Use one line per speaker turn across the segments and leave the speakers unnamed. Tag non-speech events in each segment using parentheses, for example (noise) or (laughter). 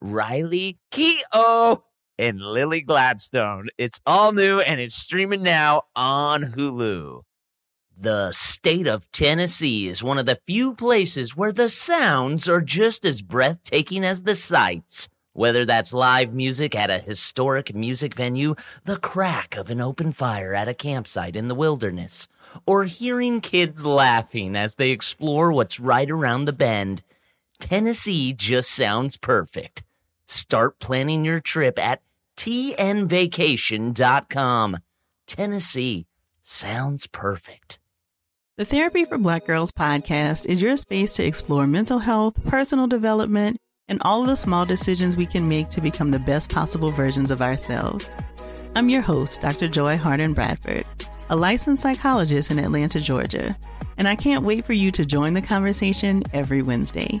Riley Keough and Lily Gladstone. It's all new and it's streaming now on Hulu. The state of Tennessee is one of the few places where the sounds are just as breathtaking as the sights. Whether that's live music at a historic music venue, the crack of an open fire at a campsite in the wilderness, or hearing kids laughing as they explore what's right around the bend, Tennessee just sounds perfect. Start planning your trip at tnvacation.com. Tennessee sounds perfect.
The Therapy for Black Girls podcast is your space to explore mental health, personal development, and all of the small decisions we can make to become the best possible versions of ourselves. I'm your host, Dr. Joy Harden Bradford, a licensed psychologist in Atlanta, Georgia, and I can't wait for you to join the conversation every Wednesday.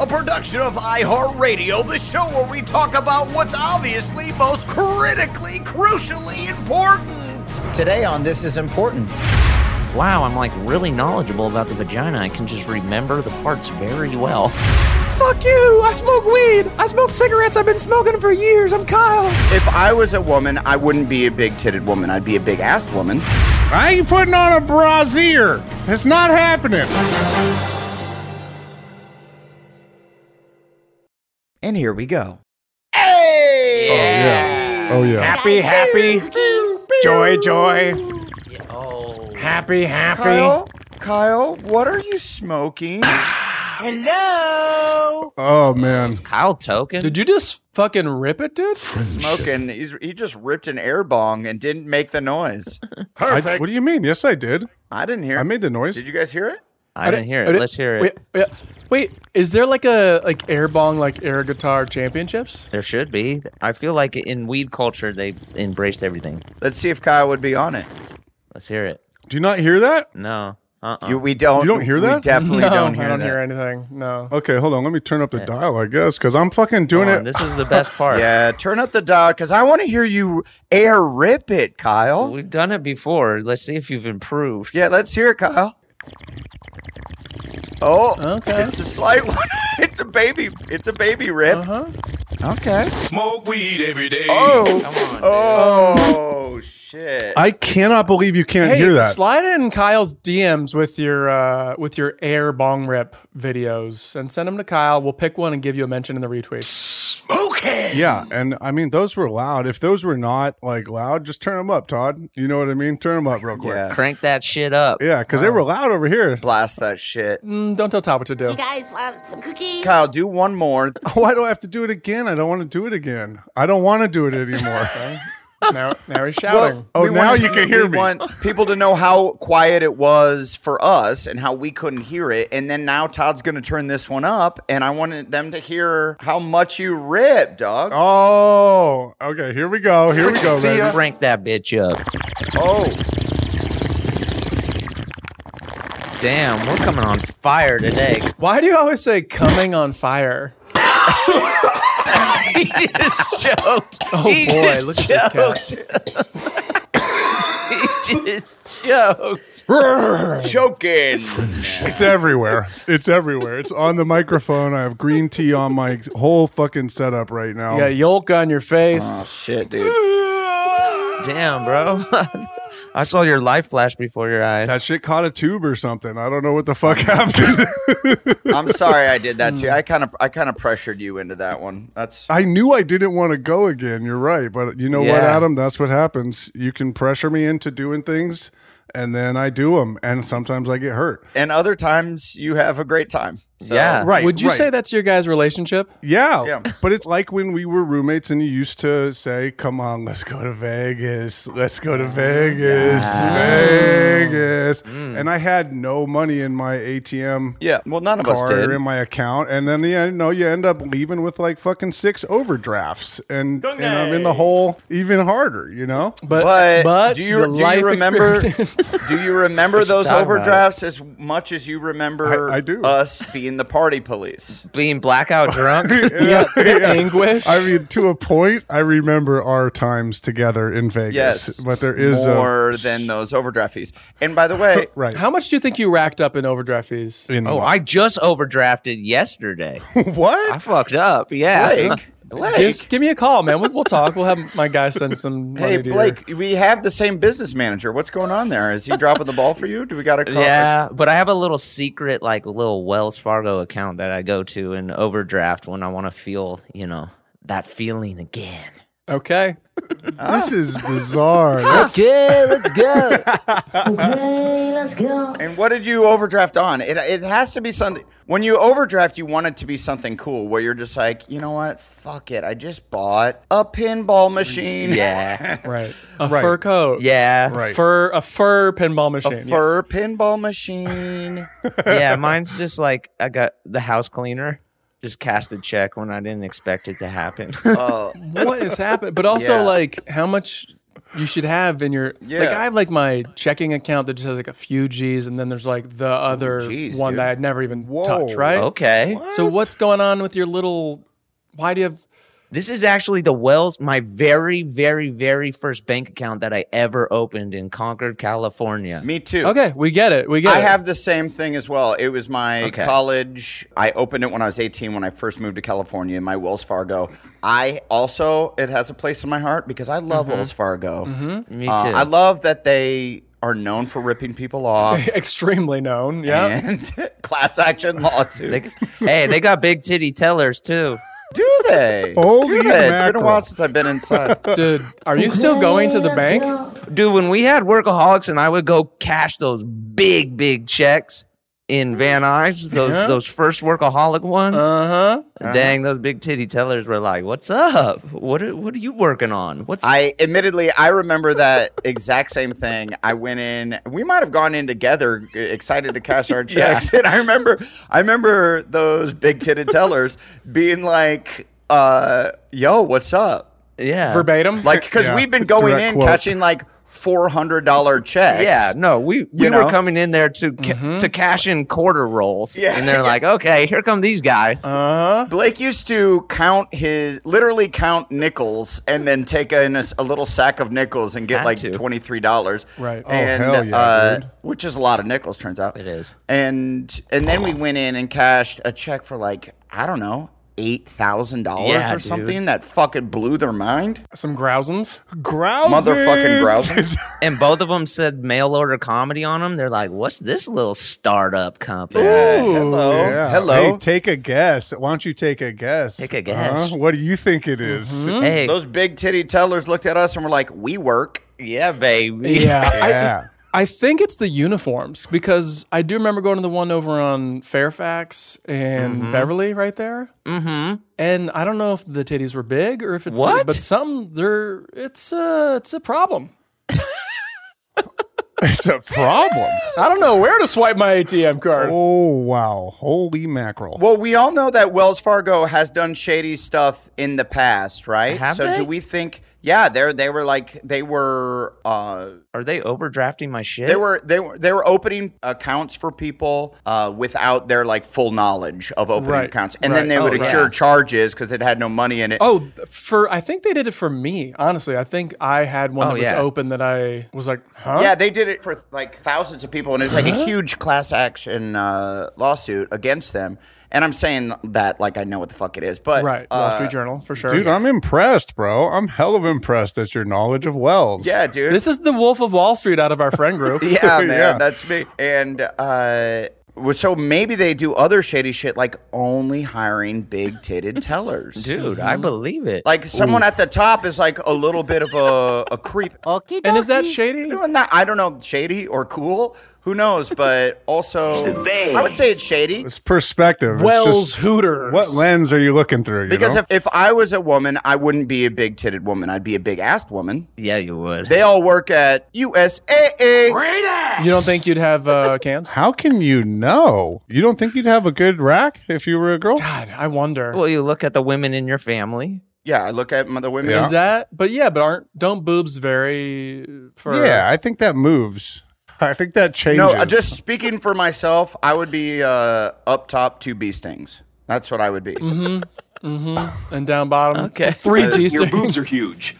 a production of iHeartRadio, the show where we talk about what's obviously most critically, crucially important.
Today on This Is Important.
Wow, I'm like really knowledgeable about the vagina. I can just remember the parts very well.
(laughs)
Fuck you! I smoke weed! I smoke cigarettes! I've been smoking them for years! I'm Kyle!
If I was a woman, I wouldn't be a big titted woman. I'd be a big assed woman.
I ain't putting on a brassiere. It's not happening.
And here we go.
Hey!
Oh yeah. Oh yeah.
Happy, happy. Joy, joy.
Oh.
Happy, happy.
Kyle, Kyle, what are you smoking?
Hello.
Oh man.
Kyle Token.
Did you just fucking rip it, dude?
smoking. He's, he just ripped an air bong and didn't make the noise.
I, what do you mean? Yes, I did.
I didn't hear.
I
it.
made the noise.
Did you guys hear it?
I didn't hear it. Let's hear it.
Wait, wait, wait, is there like a like air bong like air guitar championships?
There should be. I feel like in weed culture they embraced everything.
Let's see if Kyle would be on it.
Let's hear it.
Do you not hear that?
No. Uh-uh.
You, we don't.
You don't hear
We
that?
definitely don't hear
Uh, I don't
that.
hear anything. No.
Okay, hold on. Let me turn up the dial, I guess, because I'm fucking
Come
doing
on,
it.
This is the
(laughs)
best part.
Yeah, turn up the dial because I want to hear you air rip it, Kyle.
We've done it before. Let's see if you've improved.
Yeah, let's hear it, Kyle. Oh,
Okay.
it's a slight
(laughs)
one. It's a baby. It's a baby rip.
Uh-huh.
Okay.
Smoke weed every day.
Oh,
Come on, dude.
oh, shit.
I cannot believe you can't
Hey,
hear that.
slide in Kyle's DMs with your uh, with your air bong rip videos and send them to Kyle. We'll pick one and give you a mention in the retweet.
yeah, and I mean those were loud. If those were not like loud, just turn them up, Todd. You know what I mean? Turn them up real quick.
Yeah.
Crank that shit up.
Yeah, because they were loud over here.
Blast that shit.
Mm, don't tell Todd what to do.
guys want some cookies?
Kyle, do one
(laughs)
more.
Why do Oh, I have to do it again? I don't want to do it again. I don't want to do it
(laughs)
anymore.
Now, now he's shouting.
oh,
we
now
want-
you can hear
we
me.
want people to know how quiet it was for us and how we couldn't hear it. And then now Todd's going to turn this one up, and I wanted them to hear how much you rip, dog.
Oh, okay. Here we go. Here we go.
See
baby.
ya.
Crank that bitch up.
Oh,
Damn, we're coming on fire today.
Why do you always say coming on fire?
(laughs) he just choked.
Oh
he
boy,
just
look at this
choked. he just choked.
joking.
It's everywhere. It's everywhere. It's on the microphone. I have green tea on my whole fucking setup right now.
You got yolk on your face.
Oh,
(laughs)
shit, dude.
Damn, bro. I saw your life flash before your eyes.
That shit caught a tube or something. I don't know what the fuck (laughs) happened.
I'm sorry I did that too. I kind of I kind of pressured you into that one. That's
I knew I didn't want to go again. You're right. But you know what,
Yeah.
Adam? That's what happens. You can pressure me into doing things and then I do them. And sometimes I get hurt.
and other times you have a great time. So.
Right.
Would you
right.
say that's your guys' relationship?
Yeah.
Yeah.
But it's like when we were roommates and you used to say, come on, let's go to Vegas. Let's go to
Mm,
Vegas. Vegas. And I had no money in my ATM.
Mm. Yeah. Well, none of us
card or
did.
in my account. And then, yeah, no, you end up leaving with like fucking six overdrafts. And, and I'm in the hole even harder, you know?
But, do you, do you remember do you
I
remember
should
those
talk about it.
overdrafts as much as you remember
I- I do.
us being the party police?
Being blackout
(laughs)
drunk.
(laughs)
anguish.
I mean, to a point, I remember our times together in Vegas.
Yes,
But there is a-
more than those overdraft fees. And by the way,
(laughs) right.
How much do you think you racked up in overdraft fees?
Oh, I just overdrafted yesterday.
what?
I fucked up. Yeah.
Blake.
Just give me a call, man. We'll, we'll talk. We'll have my guy send some money
Hey
to your-
Blake, we have the same business manager. What's going on there? Is he dropping the ball for you? Do we got a call?
(laughs) Yeah, but I have a little secret, like a little Wells Fargo account that I go to and overdraft when I want to feel, you know, that feeling again.
Okay.
This is
(laughs)
bizarre.
okay, let's go.
okay, let's go. And what did you overdraft on? It it has to be something. When you overdraft, you want it to be something cool where you're just like, you know what? Fuck it. I just bought a pinball machine. (laughs)
Yeah.
right. A fur coat.
(laughs) Yeah.
Right.
Fur a fur pinball
A
machine. yes.
fur pinball machine.
(laughs) yeah, mine's just like I got the house cleaner just cast a check when I didn't expect it to happen. (laughs)
Oh.
what has happened? (laughs) But also
Yeah.
like how much you should have in your
Yeah.
like I have like my checking account that just has like a few G's and then there's like the other
geez,
one that
dude.
I'd never even
Whoa.
touch, right?
Okay.
So what's going on with your little why do you have
This is actually the Wells, my very, very, very first bank account that I ever opened in Concord, California.
Me too.
Okay, we get it. We get
I
it.
have the same thing as well. It was my
Okay.
college. I opened it when I was 18 when I first moved to California in my Wells Fargo. I also, it has a place in my heart because I love
Mhm.
Wells Fargo.
Mhm. Me
Uh,
too.
I love that they are known for ripping people off.
(laughs) extremely known, yeah.
And (laughs) class action lawsuits.
hey, they got big titty tellers too.
Do they?
Holy
Do they? It's been a
mackerel.
while since I've been
(laughs)
inside.
Dude, are you still going to the bank?
Dude, when we had workaholics and I would go cash those big, big checks in Van Nuys, those
Yeah.
those first workaholic ones.
Uh-huh.
Dang, those big titty tellers were like, "What's up? What are, what are you working on? What's
I admittedly I remember that exact same thing. I went in. We might have gone in together, g- excited to cash
(laughs)
our checks. And I remember, I remember those big titted tellers being like, uh, "Yo, what's up?"
Yeah,
Verbatim?
Like because
Yeah.
we've been going
Direct
in
quote.
catching like four hundred dollar checks.
Yeah, no, we we
You
were
know?
coming in there to ca-
Mm-hmm.
to cash in quarter rolls.
Yeah.
and they're like, okay, here come these guys.
Uh-huh.
Blake used to count his literally count nickels and then take in a, s- a little sack of nickels and get
Had
like
to.
twenty three dollars. uh,
Right.
Oh, hell yeah, dude.
which is a lot of nickels, turns out. It
is.
And and then we went in and cashed a check for like I don't know eight thousand dollars
Yeah,
or
dude.
something that fucking blew their mind.
Some grousins?
Grousins.
Motherfucking
(laughs)
grousins.
and both of them said mail order comedy on them. They're like, what's this little startup company?
Hello.
Hello.
Hey, take a guess. Why don't you take a guess? Take a
guess.
What do you think it is?
Mm-hmm. Hey.
Those big titty tellers looked at us and were like, "We work."
Yeah, baby.
Yeah.
(laughs)
I, I think it's the uniforms because I do remember going to the one over on Fairfax and
Mhm.
Beverly right there.
Mm-hmm.
And I don't know if the titties were big or if it's
What?
but some they're it's a it's a problem.
it's a problem.
I don't know where to swipe my ATM card.
Oh wow! Holy mackerel!
Well, we all know that Wells Fargo has done shady stuff in the past, right?
Have
so
they?
do we think Yeah, they they were like they were. Uh,
(laughs) Are they overdrafting my shit?
They were they were they were opening accounts for people uh, without their like full knowledge of opening
Right,
accounts, and
right.
then they
Oh,
would
right.
accrue charges because it had no money in it.
Oh, th- for I think they did it for me. Honestly, I think I had one
Oh,
that was
yeah.
open that I was like, huh?
Yeah, they did it for like thousands of people, and it was like
Huh?
a huge class action uh, lawsuit against them. And I'm saying that like I know what the fuck it is, but
Right, Wall Street
uh,
Journal for sure.
Dude, I'm impressed, bro. I'm hell of impressed at your knowledge of wells.
Yeah, dude.
This is the Wolf of Wall Street out of our friend group.
(laughs) yeah, man, that's me. And uh, well, so maybe they do other shady shit, like only hiring big titted tellers.
Dude, I
Mm-hmm.
believe it.
Like someone at the top is like a little bit of a, a creep.
And is that shady?
No, not, I don't know, shady or cool. Who knows? But also, I would say it's shady.
It's perspective. It's
Wells
just-
Hooters.
What lens are you looking through? you
Because
know?
if, if I was a woman, I wouldn't be a big titted woman. I'd be a big assed woman.
Yeah, you would.
They all work at USAA. Great
You don't think you'd have uh, cans?
How can you know? You don't think you'd have a good rack if you were a girl?
God, I wonder.
Well, you look at the women in your family.
Yeah, I look at m- the women.
Is that? But yeah, but aren't don't boobs vary for?
yeah, I think that moves. I think that changes.
No, uh, just speaking for myself, I would be uh, up top two bee stings. That's what I would be.
Mm-hmm. Mm-hmm. And down bottom.
Okay.
Three
Your
G
boobs
strings. (laughs)
are
huge.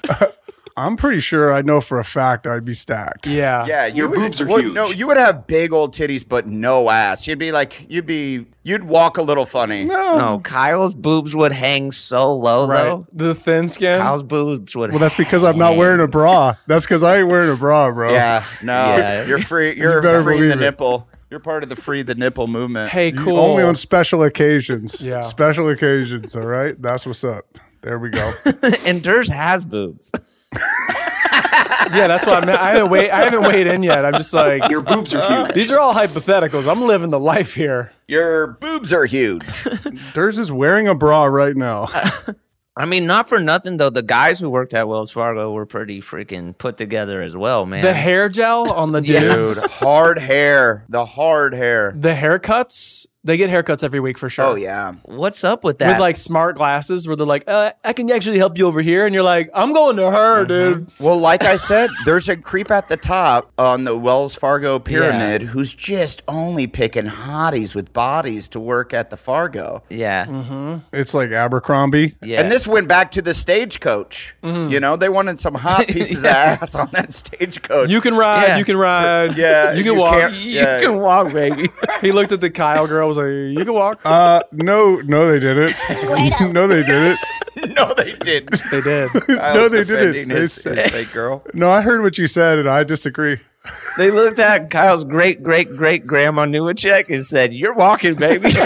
I'm pretty sure I know for a fact I'd be stacked.
Yeah.
Yeah, you would- would- No, you would have big old titties, but no ass. You'd be like, you'd be, you'd walk a little funny.
No, Kyle's boobs would hang so low though.
Oh. The thin skin.
Kyle's boobs would.
Well, that's because I'm not wearing a
(laughs)
bra. That's because I ain't wearing a bra, bro.
Yeah,
(laughs)
no,
Yeah.
you're free.
You
You're
better
free the
believe it.
nipple. You're part of the free the nipple movement.
Hey,
You- Only on special occasions.
Yeah.
Special occasions. All right. That's what's up. There we go.
and Durs has boobs.
yeah, that's what I meant. I haven't wait. I haven't weighed in yet. I'm just like
Your
(laughs)
boobs are huge.
These are all hypotheticals. I'm living the life here.
Your boobs are
(laughs)
huge.
Durs is wearing a bra right
(laughs)
now.
I mean, not for nothing though. The guys who worked at Wells Fargo were pretty freaking put together as well, man.
The hair gel on the
Yeah.
dudes.
Dude.
hard hair. The hard hair.
The haircuts. They get haircuts every week for sure.
Oh yeah.
What's up with
With
that?
like smart glasses where they're like, uh, I can actually help you over here. And you're like, I'm going to her,
Mm-hmm.
dude.
Well, like I said, there's a creep at the top on the Wells Fargo pyramid who's just only picking hotties with bodies to work at the Fargo.
Yeah.
It's like Abercrombie.
Yeah.
And this went back to the stagecoach.
Mm-hmm.
You know, they wanted some hot
(laughs)
pieces
Yeah.
of ass on that stagecoach.
You can ride.
Yeah.
You can
(laughs)
ride.
Yeah,
You can
you
walk.
can't- You yeah. can
walk, baby. (laughs)
he looked at the Kyle girl. Was like, you can walk.
Uh, no, no, they didn't. no, they didn't.
no, they
(laughs)
didn't.
They
(laughs)
did.
I
No,
was
they didn't.
defending
They
His,
said-
his fake girl.
No, I heard what you said, and I disagree.
they looked at Kyle's great great great grandma Newacek and said, "You're walking, baby." (laughs)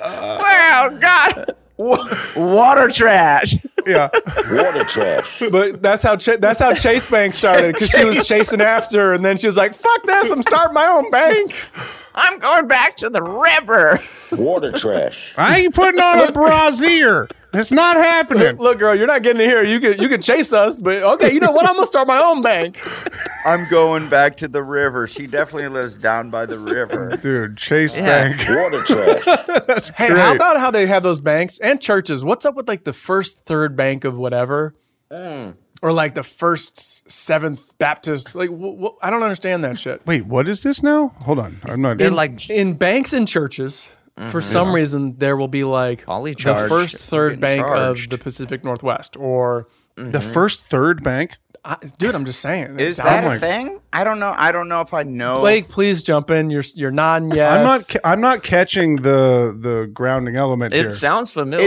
wow, God, Wa- water trash.
Yeah.
Water trash. But that's how Ch- that's how Chase Bank started because she was chasing after, her, and then she was like, "Fuck this! I'm starting my own bank."
I'm going back to the river.
Water trash.
I ain't putting on a brasier. It's not happening.
Look, look, girl, you're not getting in here. You could you could chase us, but okay, you know what? I'm gonna start my own bank.
I'm going back to the river. She definitely lives down by the river.
Dude, Chase
Yeah.
Bank.
Water trash.
Hey, how
Great.
about how they have those banks and churches? What's up with like the first third bank of whatever, or like the first s- seventh Baptist? Like, wh- wh- I don't understand that shit.
Wait, what is this now? Hold on. I'm not.
in, like in banks and churches.
Mm-hmm.
For
Mhm.
some reason, there will be like the
charged.
first
You're
third bank
getting
of
charged.
the Pacific Northwest, or
The first third bank.
I, dude, I'm just saying.
Is
I'm
that a
like-
thing? I don't know. I don't know if I know.
Blake, please jump in. You're you're nodding yes.
I'm not. ca- I'm not catching the the grounding element here.
familiar.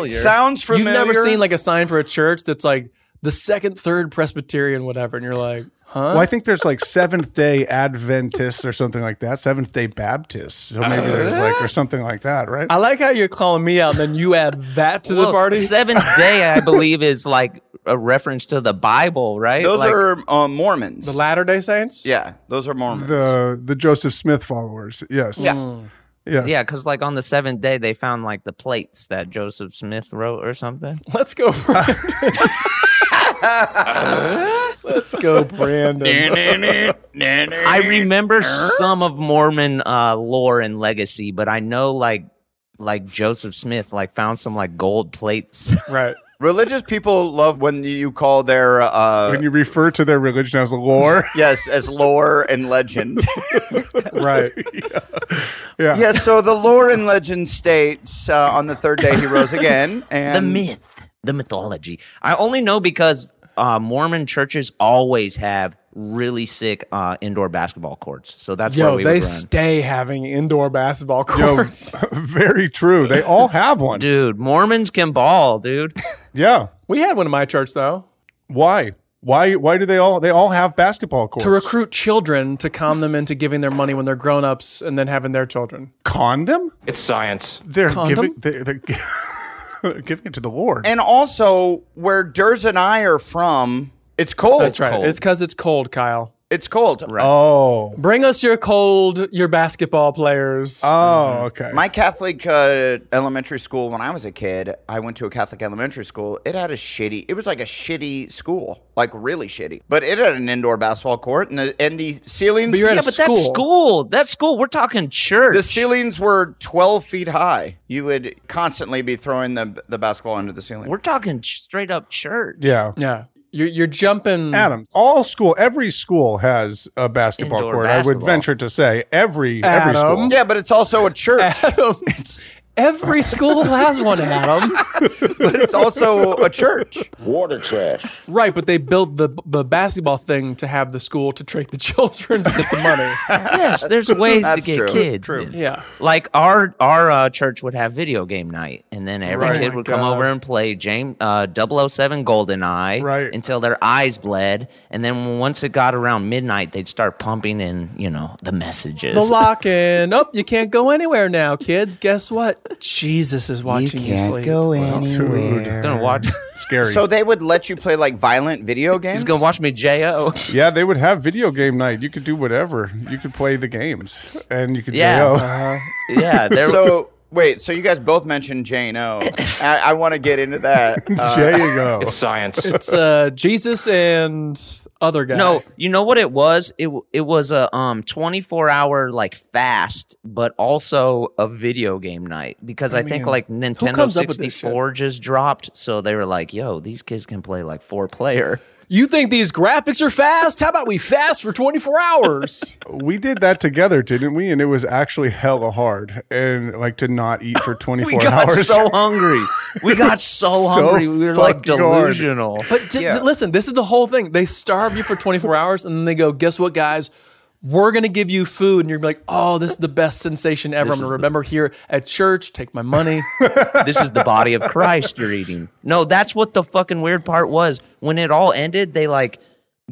It
sounds
You've never
familiar.
seen like a sign for a church that's like the second, third Presbyterian, whatever, and you're like, huh?
Well, I think there's like Seventh Day Adventists or something like that. Seventh Day Baptists. So maybe
Uh-huh.
there's like or something like that, right?
I like how you're calling me out, and then you add that to the
Well,
party.
Seventh Day, I believe, is like a reference to the Bible, right?
Those
Like-
are um, Mormons. The
Latter Day Saints.
Yeah, those are Mormons.
The the Joseph Smith followers. Yes.
Yeah.
Yes.
Yeah, because like on the seventh day, they found like the plates that Joseph Smith wrote or
(laughs)
something.
Let's go, Brandon. Let's go,
(laughs)
Brandon.
(laughs)
I remember some of Mormon uh, lore and legacy, but I know like like Joseph Smith like found some like gold plates.
right.
Religious people love when you call their uh,
when you refer to their religion as
(laughs)
lore.
yes as lore and legend.
right.
Yeah. so the lore and legend states uh, on the third day he rose again, and
the myth, the mythology. I only know because uh, Mormon churches always have really sick uh, indoor basketball courts. So that's where
Yo,
we
they
would run.
stay having indoor basketball
(laughs)
Yo,
courts.
very true. They all have one.
Dude, Mormons can ball, dude.
yeah.
We had one in my church though.
Why? Why why do they all they all have basketball courts?
To recruit children to con them into giving their money when they're grown ups and then having their children.
Con them?
(laughs) It's science.
They're
Condom?
giving they're, they're gi- (laughs) they're giving it to the Lord.
and also where Durs and I are from, it's cold.
That's right. It's because it's cold, Kyle.
It's cold.
Oh.
Bring us your cold, your basketball players.
Oh, okay.
Mm-hmm. My Catholic uh, elementary school, when I was a kid, I went to a Catholic elementary school. It had a shitty, it was like a shitty school, like really shitty. But it had an indoor basketball court and the, and the ceilings.
yeah, but that's school. That's school. We're talking church.
The ceilings were 12 feet high. You would constantly be throwing the, the basketball into the ceiling.
We're talking straight up church.
Yeah.
Yeah. You're, you're jumping.
Adam, all school, every school has a basketball
Indoor
court. I would
basketball.
venture to say every every school.
Yeah, but it's also a church.
(laughs) Adam. Every school has one, Adam.
but it's also a church.
Water trash.
Right, but they built the the basketball thing to have the school to trick the (laughs) children to get the money. (laughs)
Yes, there's ways to get kids. in.
Yeah.
Like our our uh, church would have video game night, and then every
Right.
kid
Oh
would
my
come
God.
over and play James uh, 007 GoldenEye
Right.
until their eyes bled, and then once it got around midnight, they'd start pumping in you know the messages.
The lock in. Oh, you can't go anywhere now, kids. Guess what? Jesus is watching you,
can't
sleep.
go anywhere.
gonna watch. (laughs)
Scary.
So they would let you play like violent video games?
gonna watch me
(laughs)
Jo.
yeah, they would have video game night. You could do whatever. You could play the games, and you could
Yeah.
JO.
Uh-huh.
(laughs)
Yeah, (laughs) there-
so (laughs) wait, so you guys both mentioned J&O. I, I want to get into that. (laughs)
(laughs) J&O.
It's science. It's uh, Jesus and other guy.
No, you know what it was? It w- it was a um 24 hour like fast, but also a video game night because I,
I
think
mean,
like
who
Nintendo
comes up with this
64 just dropped, so they were like, "Yo, these kids can play like four player."
You think these graphics are fast? How about we fast for 24 (laughs) hours?
we did that together, didn't we? And it was actually hella hard, and like to not eat
(laughs)
for twenty
We
four
got (laughs)
hours.
so hungry. We got so hungry. We were like
fucking hard.
delusional.
But d- d- (laughs) listen, this is the whole thing. They starve you for 24 hours and then they go, guess what, guys? We're going to give you food. And you're like, oh, this is the best sensation ever. I'm
This
going
is
to
the-
remember here at church, take my money.
this is the body of Christ you're eating. No, that's what the fucking weird part was. When it all ended, they like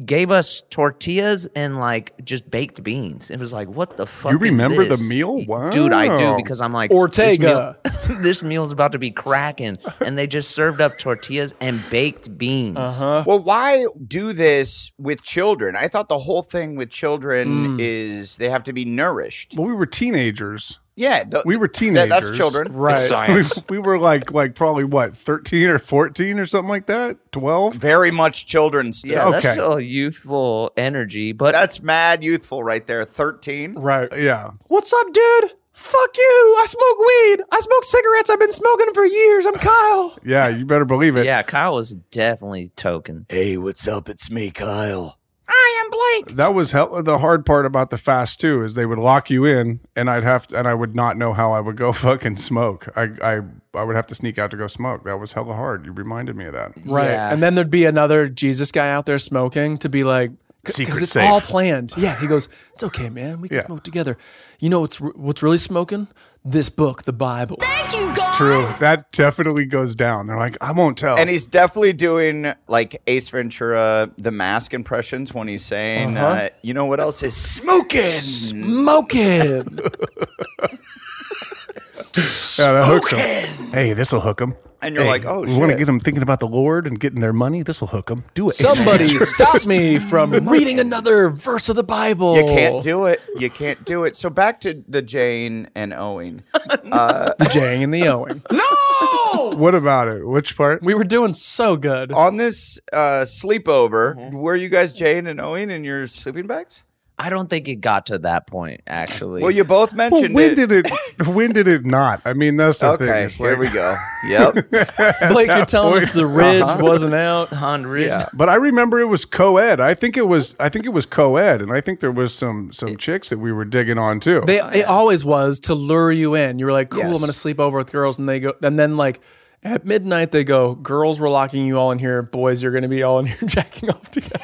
gave us tortillas and like just baked beans. It was like, what the fuck?
You
is
remember the
this?
meal?
Dude, I do
Wow.
because I'm like
Ortega.
This, meal, (laughs) this meal's about to be cracking, and they just served up tortillas and baked beans.
Well, why do this with children? I thought the whole thing with children is they have to be nourished.
Well, we were teenagers.
Yeah, the-
we were
th-
teenagers.
Oh, that's children.
right?
It's science.
We, we were like like probably what thirteen or fourteen or something like that. Twelve.
Very much children still.
Yeah, that's still youthful energy, but
That's mad youthful right there. 13.
Right. Yeah.
What's up, dude? Fuck you. I smoke weed. I smoke cigarettes. I've been smoking for years. I'm Kyle.
Yeah. You better believe it.
yeah, Kyle was definitely token.
Hey, what's up? It's me, Kyle.
That was hell, the hard part about the fast too is they would lock you in, and I'd have to, and I would not know how I would go fucking smoke. I I I would have to sneak out to go smoke. That was hella hard. You reminded me of that.
Right. And then there'd be another Jesus guy out there smoking to be like,
Secret
because it's
safe.
all planned. Yeah. He goes, it's okay, man. We can
Yeah.
smoke together. You know what's, re- what's really smoking? This book, the Bible.
It's true. That definitely goes down. They're like, I won't tell.
And he's definitely doing like Ace Ventura, the mask impressions when he's saying, uh
Uh-huh.
you know what else is smoking?
Smoking.
(laughs) yeah, that hooks him. Hey, this will hook him.
And you're
Hey,
like, oh,
we want to
shit.
get them thinking about the Lord and getting their money. This will hook them. Do
(laughs)
it.
Somebody
Ace.
stop me from reading another verse of the Bible.
You can't do it. You can't do it. So back to the Jane and Owing. Uh,
the Jang and the Owing.
what about it? Which part?
We were doing so good.
on this uh, sleepover, were you guys Jane and Owing in your sleeping bags?
I don't think it got to that point, actually.
Well, you both
Well,
mentioned
when
it.
did it? (laughs) When did it not? I mean, that's the thing.
Okay,
it's
here
like-
we go. Yep.
(laughs)
(laughs)
Blake, you're telling us
point-
the ridge
Uh-huh.
wasn't out.
Han Ridge.
Yeah, but I remember it was co-ed. I think it was. I think it was co-ed, and I think there was some some chicks that we were digging
(laughs)
on too.
They it always was to lure you in. You were like, "Cool,
Yes.
I'm gonna sleep over with girls," and they go, and then like at midnight they go, "Girls, we're locking you all in here. Boys, you're gonna be all in here (laughs) jacking off together."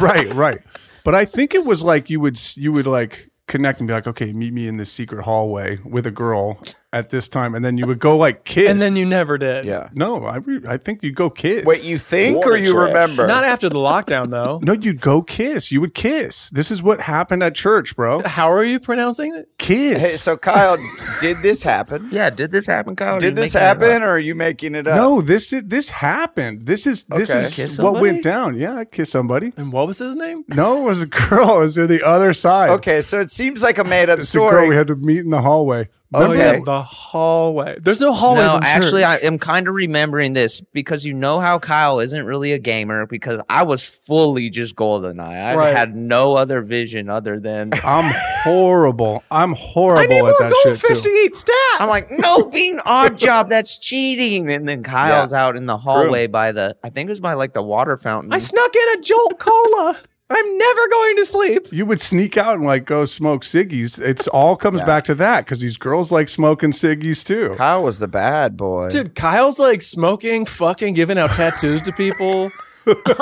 right, right. But I think it was like you would s- you would like connect and be like, okay, meet me in this secret hallway with a girl at this time, and then you would go like kiss,
and then you never did.
yeah, no, I re- I think you go kiss.
Wait, you think What or a you trash. remember? Not after the lockdown though.
no, you'd go kiss. You would kiss. This is what happened at church, bro.
How are you pronouncing it?
Kiss.
Hey, so Kyle, did this happen?
Yeah, did this happen, Kyle?
Did this happen, or are you making it up?
No, this is this happened. This is this
Okay.
is
Kiss
what
somebody?
went down. Yeah, I kissed somebody.
And what was his name?
No, it was a girl. It was to the other side.
Okay, so it seems
(laughs)
like a made-up
It's a girl
story.
we had to meet in the hallway.
Oh
Remember
yeah,
that?
the hallway. There's no hallways.
No,
in
actually,
church.
I am kind of remembering this because you know how Kyle isn't really a gamer because I was fully just GoldenEye. I
Right.
had no other vision
(laughs)
other than
I'm horrible. I'm horrible
need
at
more
that
goldfish
shit too.
to
eat. Stat.
I'm like, no, being odd job. That's cheating. And then Kyle's out in the hallway by the, I think it was by like the water fountain.
I snuck in a Jolt Cola. I'm never going to sleep.
You would sneak out and like go smoke ciggies. It's all comes back to that because these girls like smoking ciggies too.
Kyle was the bad boy.
Dude, Kyle's like smoking, fucking, giving out tattoos to people.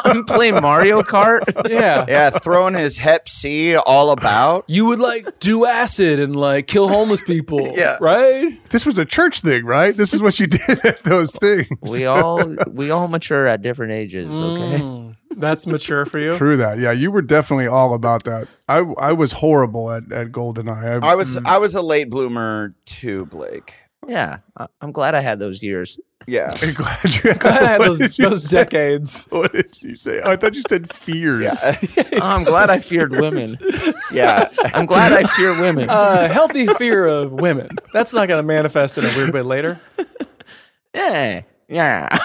I'm playing Mario Kart.
Yeah.
yeah, throwing his Hep C all about.
You would like do acid and like kill homeless people.
Yeah.
Right?
This was a church thing, right? This is what you (laughs) did at those things.
we all we all mature at different (laughs) ages. Okay.
That's mature for you.
(laughs) True that. Yeah, you were definitely all about that. I I was horrible at, at Goldeneye.
I was I was a late bloomer too, Blake.
Yeah. I, I'm glad I had those years.
Yeah.
(laughs) glad
(laughs)
you
Glad I had
(laughs) What
those-
did you
those
say?
decades.
What did you say? Oh, I thought you
(laughs)
said fears.
Oh, I'm glad I feared women.
Yeah.
I'm glad I fear women.
Uh, healthy fear of women. That's not going to manifest in a weird way later.
(laughs) yeah. Yeah.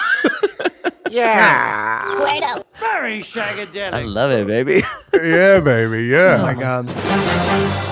Yeah. Squirtle. Very
I
shagadelic.
love it, baby.
yeah, baby. Yeah.
Oh my god.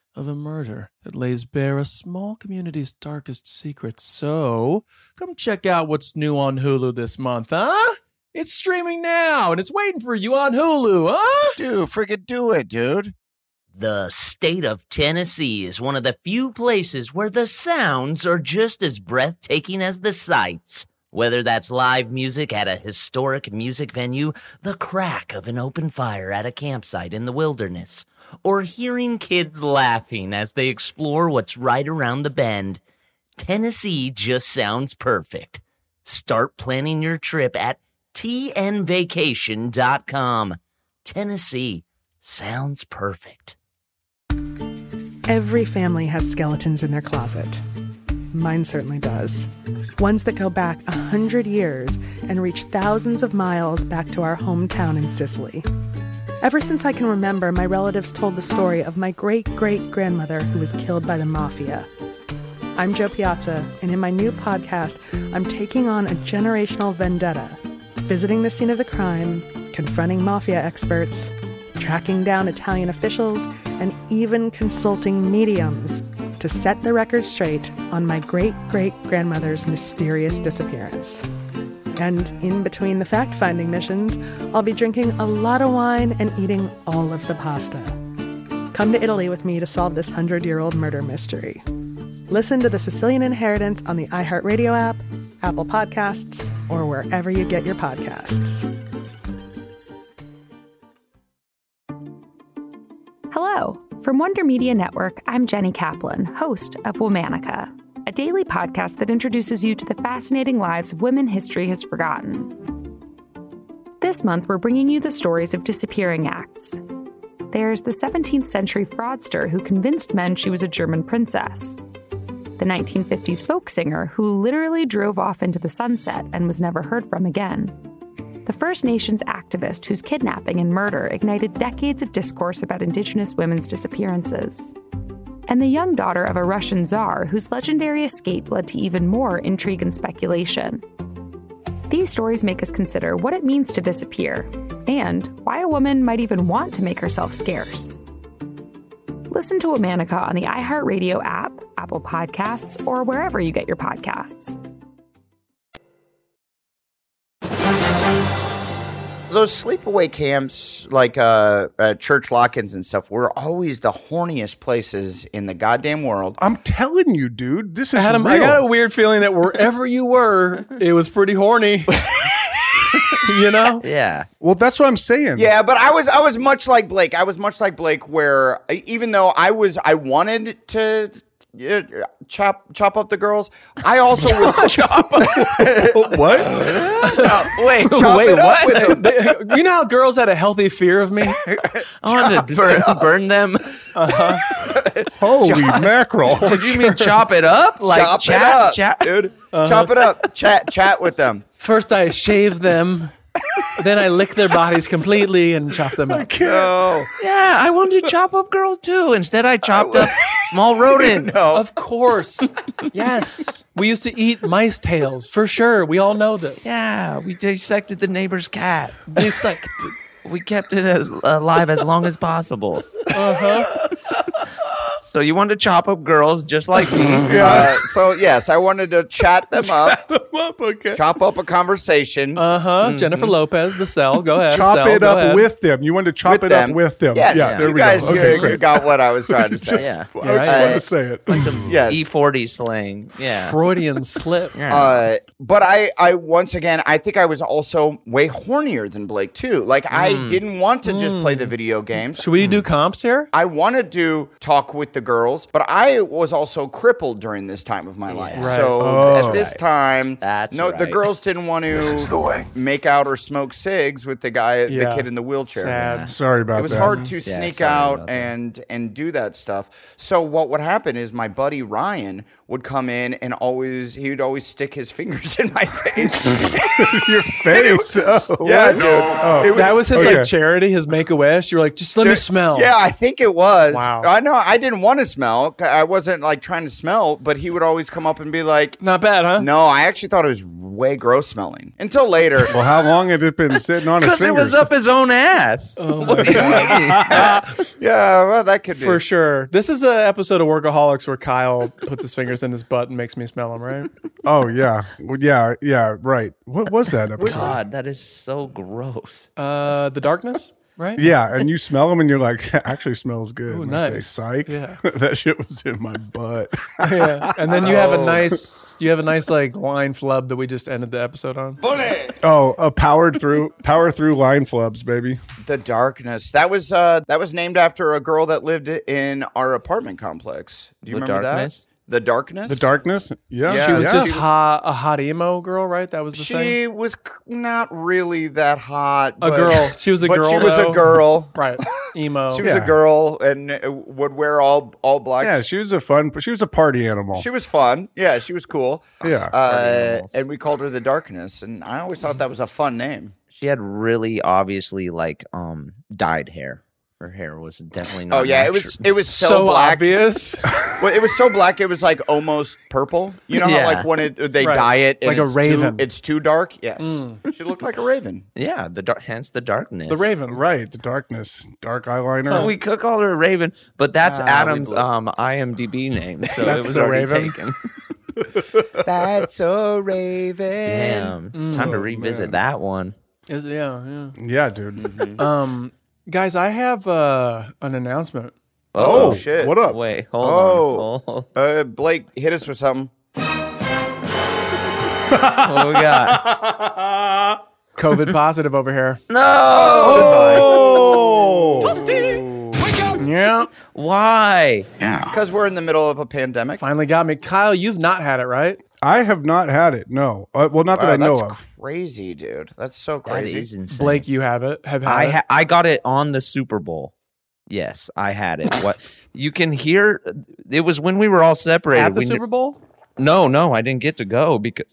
of a murder that lays bare a small community's darkest secrets. So, come check out what's new on Hulu this month, huh? It's streaming now and it's waiting for you on Hulu, huh?
Dude, freaking do it, dude.
The state of Tennessee is one of the few places where the sounds are just as breathtaking as the sights. Whether that's live music at a historic music venue, the crack of an open fire at a campsite in the wilderness, or hearing kids laughing as they explore what's right around the bend, Tennessee just sounds perfect. Start planning your trip at tnvacation.com. Tennessee sounds perfect.
Every family has skeletons in their closet. Mine certainly does. Ones that go back a hundred years and reach thousands of miles back to our hometown in Sicily. Ever since I can remember, my relatives told the story of my great great grandmother who was killed by the mafia. I'm Joe Piazza, and in my new podcast, I'm taking on a generational vendetta, visiting the scene of the crime, confronting mafia experts, tracking down Italian officials, and even consulting mediums to set the record straight on my great great grandmother's mysterious disappearance. And in between the fact finding missions, I'll be drinking a lot of wine and eating all of the pasta. Come to Italy with me to solve this 100 year old murder mystery. Listen to The Sicilian Inheritance on the iHeartRadio app, Apple Podcasts, or wherever you get your podcasts.
Hello. From Wonder Media Network, I'm Jenny Kaplan, host of Womanica, a daily podcast that introduces you to the fascinating lives of women history has forgotten. This month, we're bringing you the stories of disappearing acts. There's the 17th century fraudster who convinced men she was a German princess, the 1950s folk singer who literally drove off into the sunset and was never heard from again the First Nations activist whose kidnapping and murder ignited decades of discourse about Indigenous women's disappearances. And the young daughter of a Russian czar whose legendary escape led to even more intrigue and speculation. These stories make us consider what it means to disappear and why a woman might even want to make herself scarce. Listen to Womanica on the iHeartRadio app, Apple Podcasts, or wherever you get your podcasts.
Those sleepaway camps, like uh, uh, church lock-ins and stuff, were always the horniest places in the goddamn world.
I'm telling you, dude, Oh, this is
Adam, I
real.
got a weird feeling that wherever you were, it was pretty (laughs) horny. you know?
Yeah.
Well, that's what I'm saying.
Yeah, but I was I was much like Blake. I was much like Blake, where uh, even though I was I wanted to uh, chop chop up the girls, I also
(laughs)
was chop (laughs)
what? (laughs)
wait,
Wait,
it up with
what? (laughs) They- you know how girls had a healthy fear of me? I wanted to burn, burn them. Uh-huh.
(laughs)
Holy mackerel.
Did you mean chop it up? Like
chop
chat,
it up,
chat?
dude.
Uh-huh.
Chop it up. Chat chat with them.
First, I shave them. then I lick their bodies completely and chop them up.
Yeah, I wanted to chop up girls too. Instead, I chopped up small rodents.
Of course. yes. We used to eat mice tails for sure. We all know this.
Yeah, we dissected the neighbor's cat.
It's like,
We kept it as alive as long as possible.
uh
Uh-huh.
huh.
So you wanted to chop up girls just like me?
Yeah. Uh, so yes, I wanted to chat
(laughs)
them up,
okay.
chop up a conversation.
Uh
Uh-huh.
huh. Jennifer
Mm-hmm.
Lopez, the cell. Go ahead.
Chop
Cell,
it
go
up
ahead.
(laughs) with them. You wanted to chop it
them.
up with them.
Yes.
Yeah, there
you
we
guys,
go.
you-
Okay,
you
great.
got what I was trying
(laughs)
to say.
Just-
Yeah.
I just
Right.
wanted to say it.
Yes.
E40 Uh, E slang. Yeah.
Freudian slip.
Uh, but I, I once again, I think I was also way hornier than Blake too. Like I
Hmm.
Mm.
didn't want to just play the video games.
Should we do comps here?
I wanted to talk with the girls, but I was also crippled during this time of my life.
Right.
So
Oh.
at this time,
That's
no, the
right.
girls didn't want
This
to
is the way.
make out or smoke cigs with the guy,
Yeah.
the kid in the wheelchair.
Sad. Yeah. Sorry about
It was
that.
hard to
Yeah,
sneak
sorry
out and and do that stuff. So what would happen is my buddy Ryan would come in and always he would always stick his fingers (laughs) in my face.
(laughs) Your face. Oh,
yeah,
what?
dude.
Oh.
It was-
that was his
Okay.
like charity, his make a wish. You were like, just let me smell.
Yeah, I think it was.
Wow.
I know I didn't want to smell. 'cause I wasn't like trying to smell, but he would always come up and be like,
"Not bad, huh?"
No, I actually thought it was way gross smelling until
(laughs)
later.
Well, how long had it been sitting on his
Because
fingers?
it was up his own ass.
Oh yeah, well, that could be
For sure. This is an episode of Workaholics where Kyle puts his fingers in his butt and makes me smell him, right?
Oh yeah, Well, yeah, yeah. Right. What was
(laughs)
that episode?
God, that is so gross.
Uh, the darkness, right?
Yeah, and you smell them, and you're like, actually smells good.
Ooh,
And I say,
nice.
Psych.
Yeah.
that shit was in my butt. (laughs)
yeah. And then you have a
Oh.
nice, you have a nice like line flub that we just ended the episode on.
Oh, a powered through, power through line flubs, baby.
the darkness. That was uh that was named after a girl that lived in our apartment complex. Do you
The
remember
darkness?
that? The darkness.
The darkness. Yeah,
She was
yeah.
just hot, a hot emo girl, right? That was the
She
thing.
was c- not really that hot.
A
but-
girl. She was a
but
girl.
She was
though.
a girl.
(laughs) right? Emo.
She was a girl and uh, would wear all all black.
Yeah, she was a fun. She was a party animal.
She was fun. Yeah, she was cool.
Yeah.
Uh, and we called her the Darkness, and I always thought that was a fun name.
She had really obviously like um dyed hair. Her hair was definitely not.
Oh yeah, it was
natural.
it was so,
So
black.
obvious.
(laughs) well, it was so black. It was like almost purple. You know
Yeah.
how like when it, they
Right.
dye it, and
Like a
it's
raven.
Too, it's too dark. Yes,
Mm.
she looked like a raven.
Yeah, the dark, hence the darkness.
the Raven, right? The darkness, dark eyeliner.
Oh, we could call her Raven, but that's
Ah, we
Adam's
blew it.
um IMDb name, so it
That's
was
the
already
Raven?
taken.
That's a raven.
Damn, it's time to
Mm.
revisit that one.
Is- yeah, yeah.
Yeah, dude.
Um, guys, I have uh, an announcement.
Oh,
Uh-oh.
shit!
What up? Wait, hold on,
oh. Uh, Blake, hit us with something.
(laughs) what we got?
COVID positive over here.
No.
Yeah.
Why?
Yeah. Because we're in the middle of a pandemic.
Finally got me. Kyle, you've not had it, right?
I have not had it. No. Uh, well, not
Wow,
that I know
that's
of.
Crazy, dude. That's so
That
crazy.
(laughs)
is insane.
Blake, you have it. Have had
I
it.
ha- I got it on the Super Bowl. Yes, I had it. What you can hear? It was when we were all separated.
At the
We kn-
Super Bowl?
No, no, I didn't get to go because.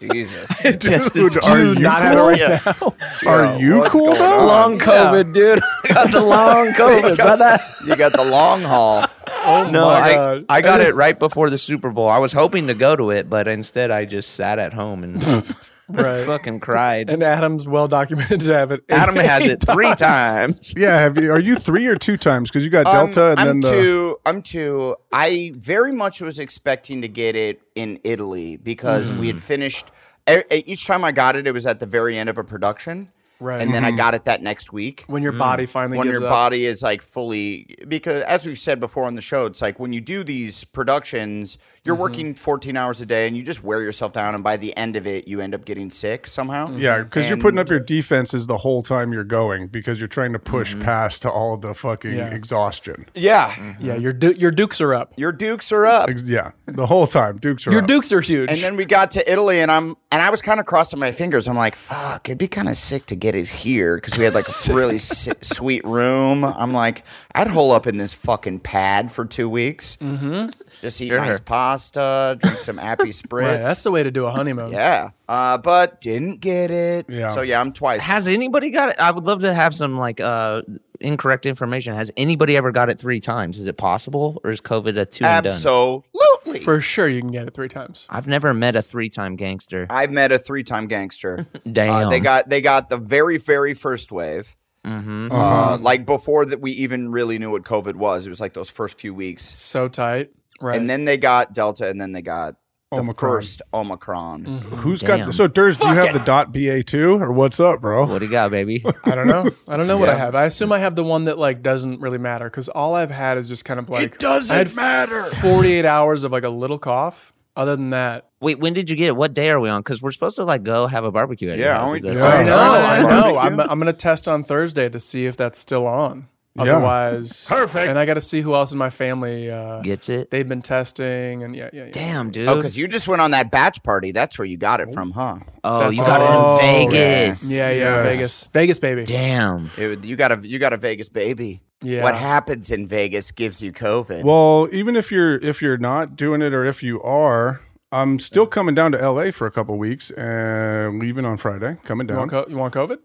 Jesus.
Just
(laughs) Dude, are you cool? Are you cool though?
Long (laughs) COVID, dude. (laughs) I got the long COVID, brother.
You got the long haul.
(laughs)
Oh no, I, I
(laughs)
got it right before the Super Bowl. I was hoping to go to it, but instead I just sat at home and
(laughs) Right.
fucking cried.
And (laughs) Adam's well documented to have it.
Adam has
eight
it three times.
(laughs) yeah. Have you? Are you three or two times? Because you got
Um,
Delta and
I'm
then the.
two. I'm two. I very much was expecting to get it in Italy because we
Hmm.
had finished. e- e- Each time I got it, it was at the very end of a production.
Right.
And then I
Mm-hmm.
Mhm.
got it that next week.
When
Mm.
your body finally
when
gives
your
up.
body is like fully because as we've said before on the show, it's like when you do these productions, you're
Mhm.
working 14 hours a day and you just wear yourself down and by the end of it you end up getting sick somehow.
Yeah, because you're putting
And-
up your defenses the whole time you're going because you're trying to push
Mm-hmm.
past to all the fucking
Yeah.
exhaustion.
Yeah.
Yeah, your du- your dukes are up.
Your dukes are up.
yeah, the whole time dukes are
Your
up.
dukes are huge.
And then we got to Italy, and I'm and I was kind of crossing my fingers. I'm like, fuck, it'd be kind of sick to get it here because we had like
(laughs)
a really si- sweet room. I'm like, I'd hole up in this fucking pad for two weeks,
Mm-hmm.
just eat
Sure.
nice pasta, drink some appy
(laughs)
spritz.
Right, that's the way to do a honeymoon.
yeah, uh, but didn't get it.
Yeah.
So yeah, I'm twice.
Has anybody got it? I would love to have some like uh incorrect information. Has anybody ever got it three times? Is it possible, or is COVID a two and done?
Absolutely.
For sure, you can get it three times.
I've never met a three-time gangster.
I've met a three time gangster.
Damn.
Uh, they got they got the very very first wave.
Mm-hmm.
Uh,
Mhm.
like before that, we even really knew what COVID was. It was like those first few weeks.
So tight. Right.
And then they got Delta, and then they got the
Omicron.
first Omicron.
Mm-hmm. Who's got so Durs? Do you have the dot BA two or what's up,
Oh.
bro? What
do you
(laughs)
got, baby?
I don't know. I don't know what I
Yeah.
have. I assume I have the one that like doesn't really matter because all I've had is just kind of like it
doesn't
matter. Forty eight hours of like a little cough. Other than that,
Wait, when did you get it? What day are we on? Because we're supposed to like go have a barbecue at your house. Is this-
I know. I know. I'm, I'm gonna test on Thursday to see if that's still on.
Yeah.
Otherwise, perfect. And I got to see who else in my family uh,
gets it.
They've been testing, and yeah, yeah, yeah.
Damn, dude.
Oh, because you just went on that batch party. That's where you got it from, huh?
Oh, That's you got it in right. Vegas.
Yeah, yeah,
Yes.
Vegas, Vegas, baby.
Damn.
It- you got a you got a Vegas baby.
Yeah.
What happens in Vegas gives you COVID.
Well, even if you're if you're not doing it or if you are, I'm still coming down to LA for a couple weeks and leaving on Friday. Coming
You
down.
want, co- you want COVID?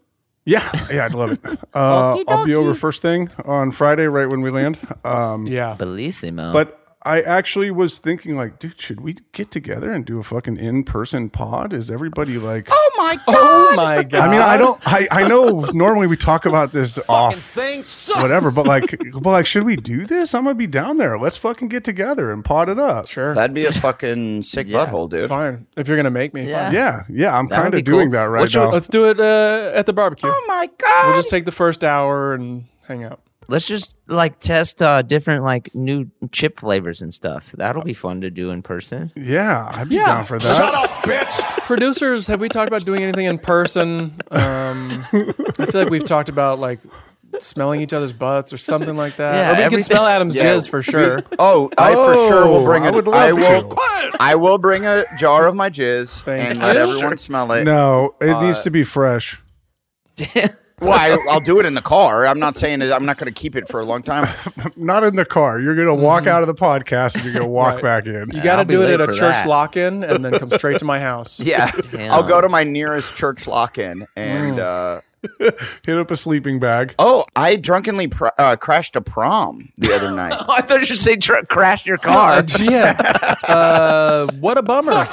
yeah, yeah, I'd love
(laughs)
it. Uh, I'll be over first thing on Friday, right when we land. Um,
yeah,
Bellissimo.
But I actually was thinking, like, dude, should we get together and do a fucking in person pod? Is everybody like?
Oh my god.
Oh my
I mean, I don't. I, I know normally we talk about this off, whatever. But like, but like, should we do this? I'm gonna be down there. Let's fucking get together and pot it up.
Sure,
that'd be a fucking sick butthole, dude.
Fine, if you're gonna make me.
Yeah,
fine.
yeah. I'm
That would
kind
be
of doing
cool.
that right
What's your-
now.
let's do it uh, at the barbecue. Oh
my god!
We'll just take the first hour and hang out.
Let's just like test uh different like new chip flavors and stuff. That'll be fun to do in person. (laughs)
yeah, I'd be
Yeah.
down for that.
up, bitch. Producers, have we talked about doing anything in person? Um, I feel like we've talked about like smelling each other's butts or something like that.
Yeah,
or we
everything-
can smell Adam's
Yeah,
jizz for
we-
(laughs)
sure.
oh, I for sure will bring
I
it.
would love
I
to.
will. I will bring a jar of my jizz and let
you.
everyone smell it.
No, it
Uh,
needs to be fresh.
Well, I, I'll do it in the car. I'm not saying that I'm not going to keep it for a long time. (laughs)
Not in the car. You're gonna walk out of the podcast and you're gonna walk back in.
You got to do it at a church lock-in and then come straight to my
(laughs)
house.
Yeah, I'll go to my nearest church lock-in and uh,
hit up a sleeping bag.
Oh, I drunkenly pr- uh, crashed a prom the other night.
Oh, I thought you said tr- crash your car.
yeah. Uh, what a bummer.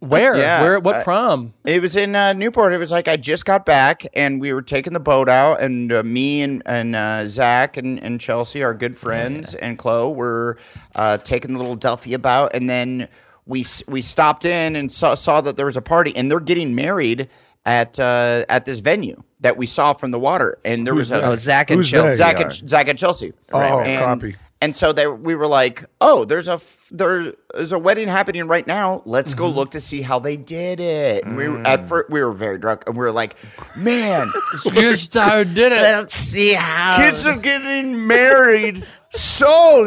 Where? Where? What
I-
prom?
it was in uh, Newport. It was like I just got back, and we were taking the boat out, and uh, me and and uh, Zach and, and Chelsea, our good friends, and Chloe were uh, taking the little Delphi about, and then we s- we stopped in and saw saw that there was a party, and they're getting married at uh, at this venue that we saw from the water, and there
Who's
was a
they? Oh, Zach and Who's Chelsea. they?
Zach and, Zach and Chelsea.
Oh,
and,
copy.
And so they, we were like, "Oh, there's a f- there's a wedding happening right now. Let's go look to see how they did it." And we were, at first, we were very drunk, and we were like, (laughs) "Man,
Just how did it.
Let's see how
Kids are getting married so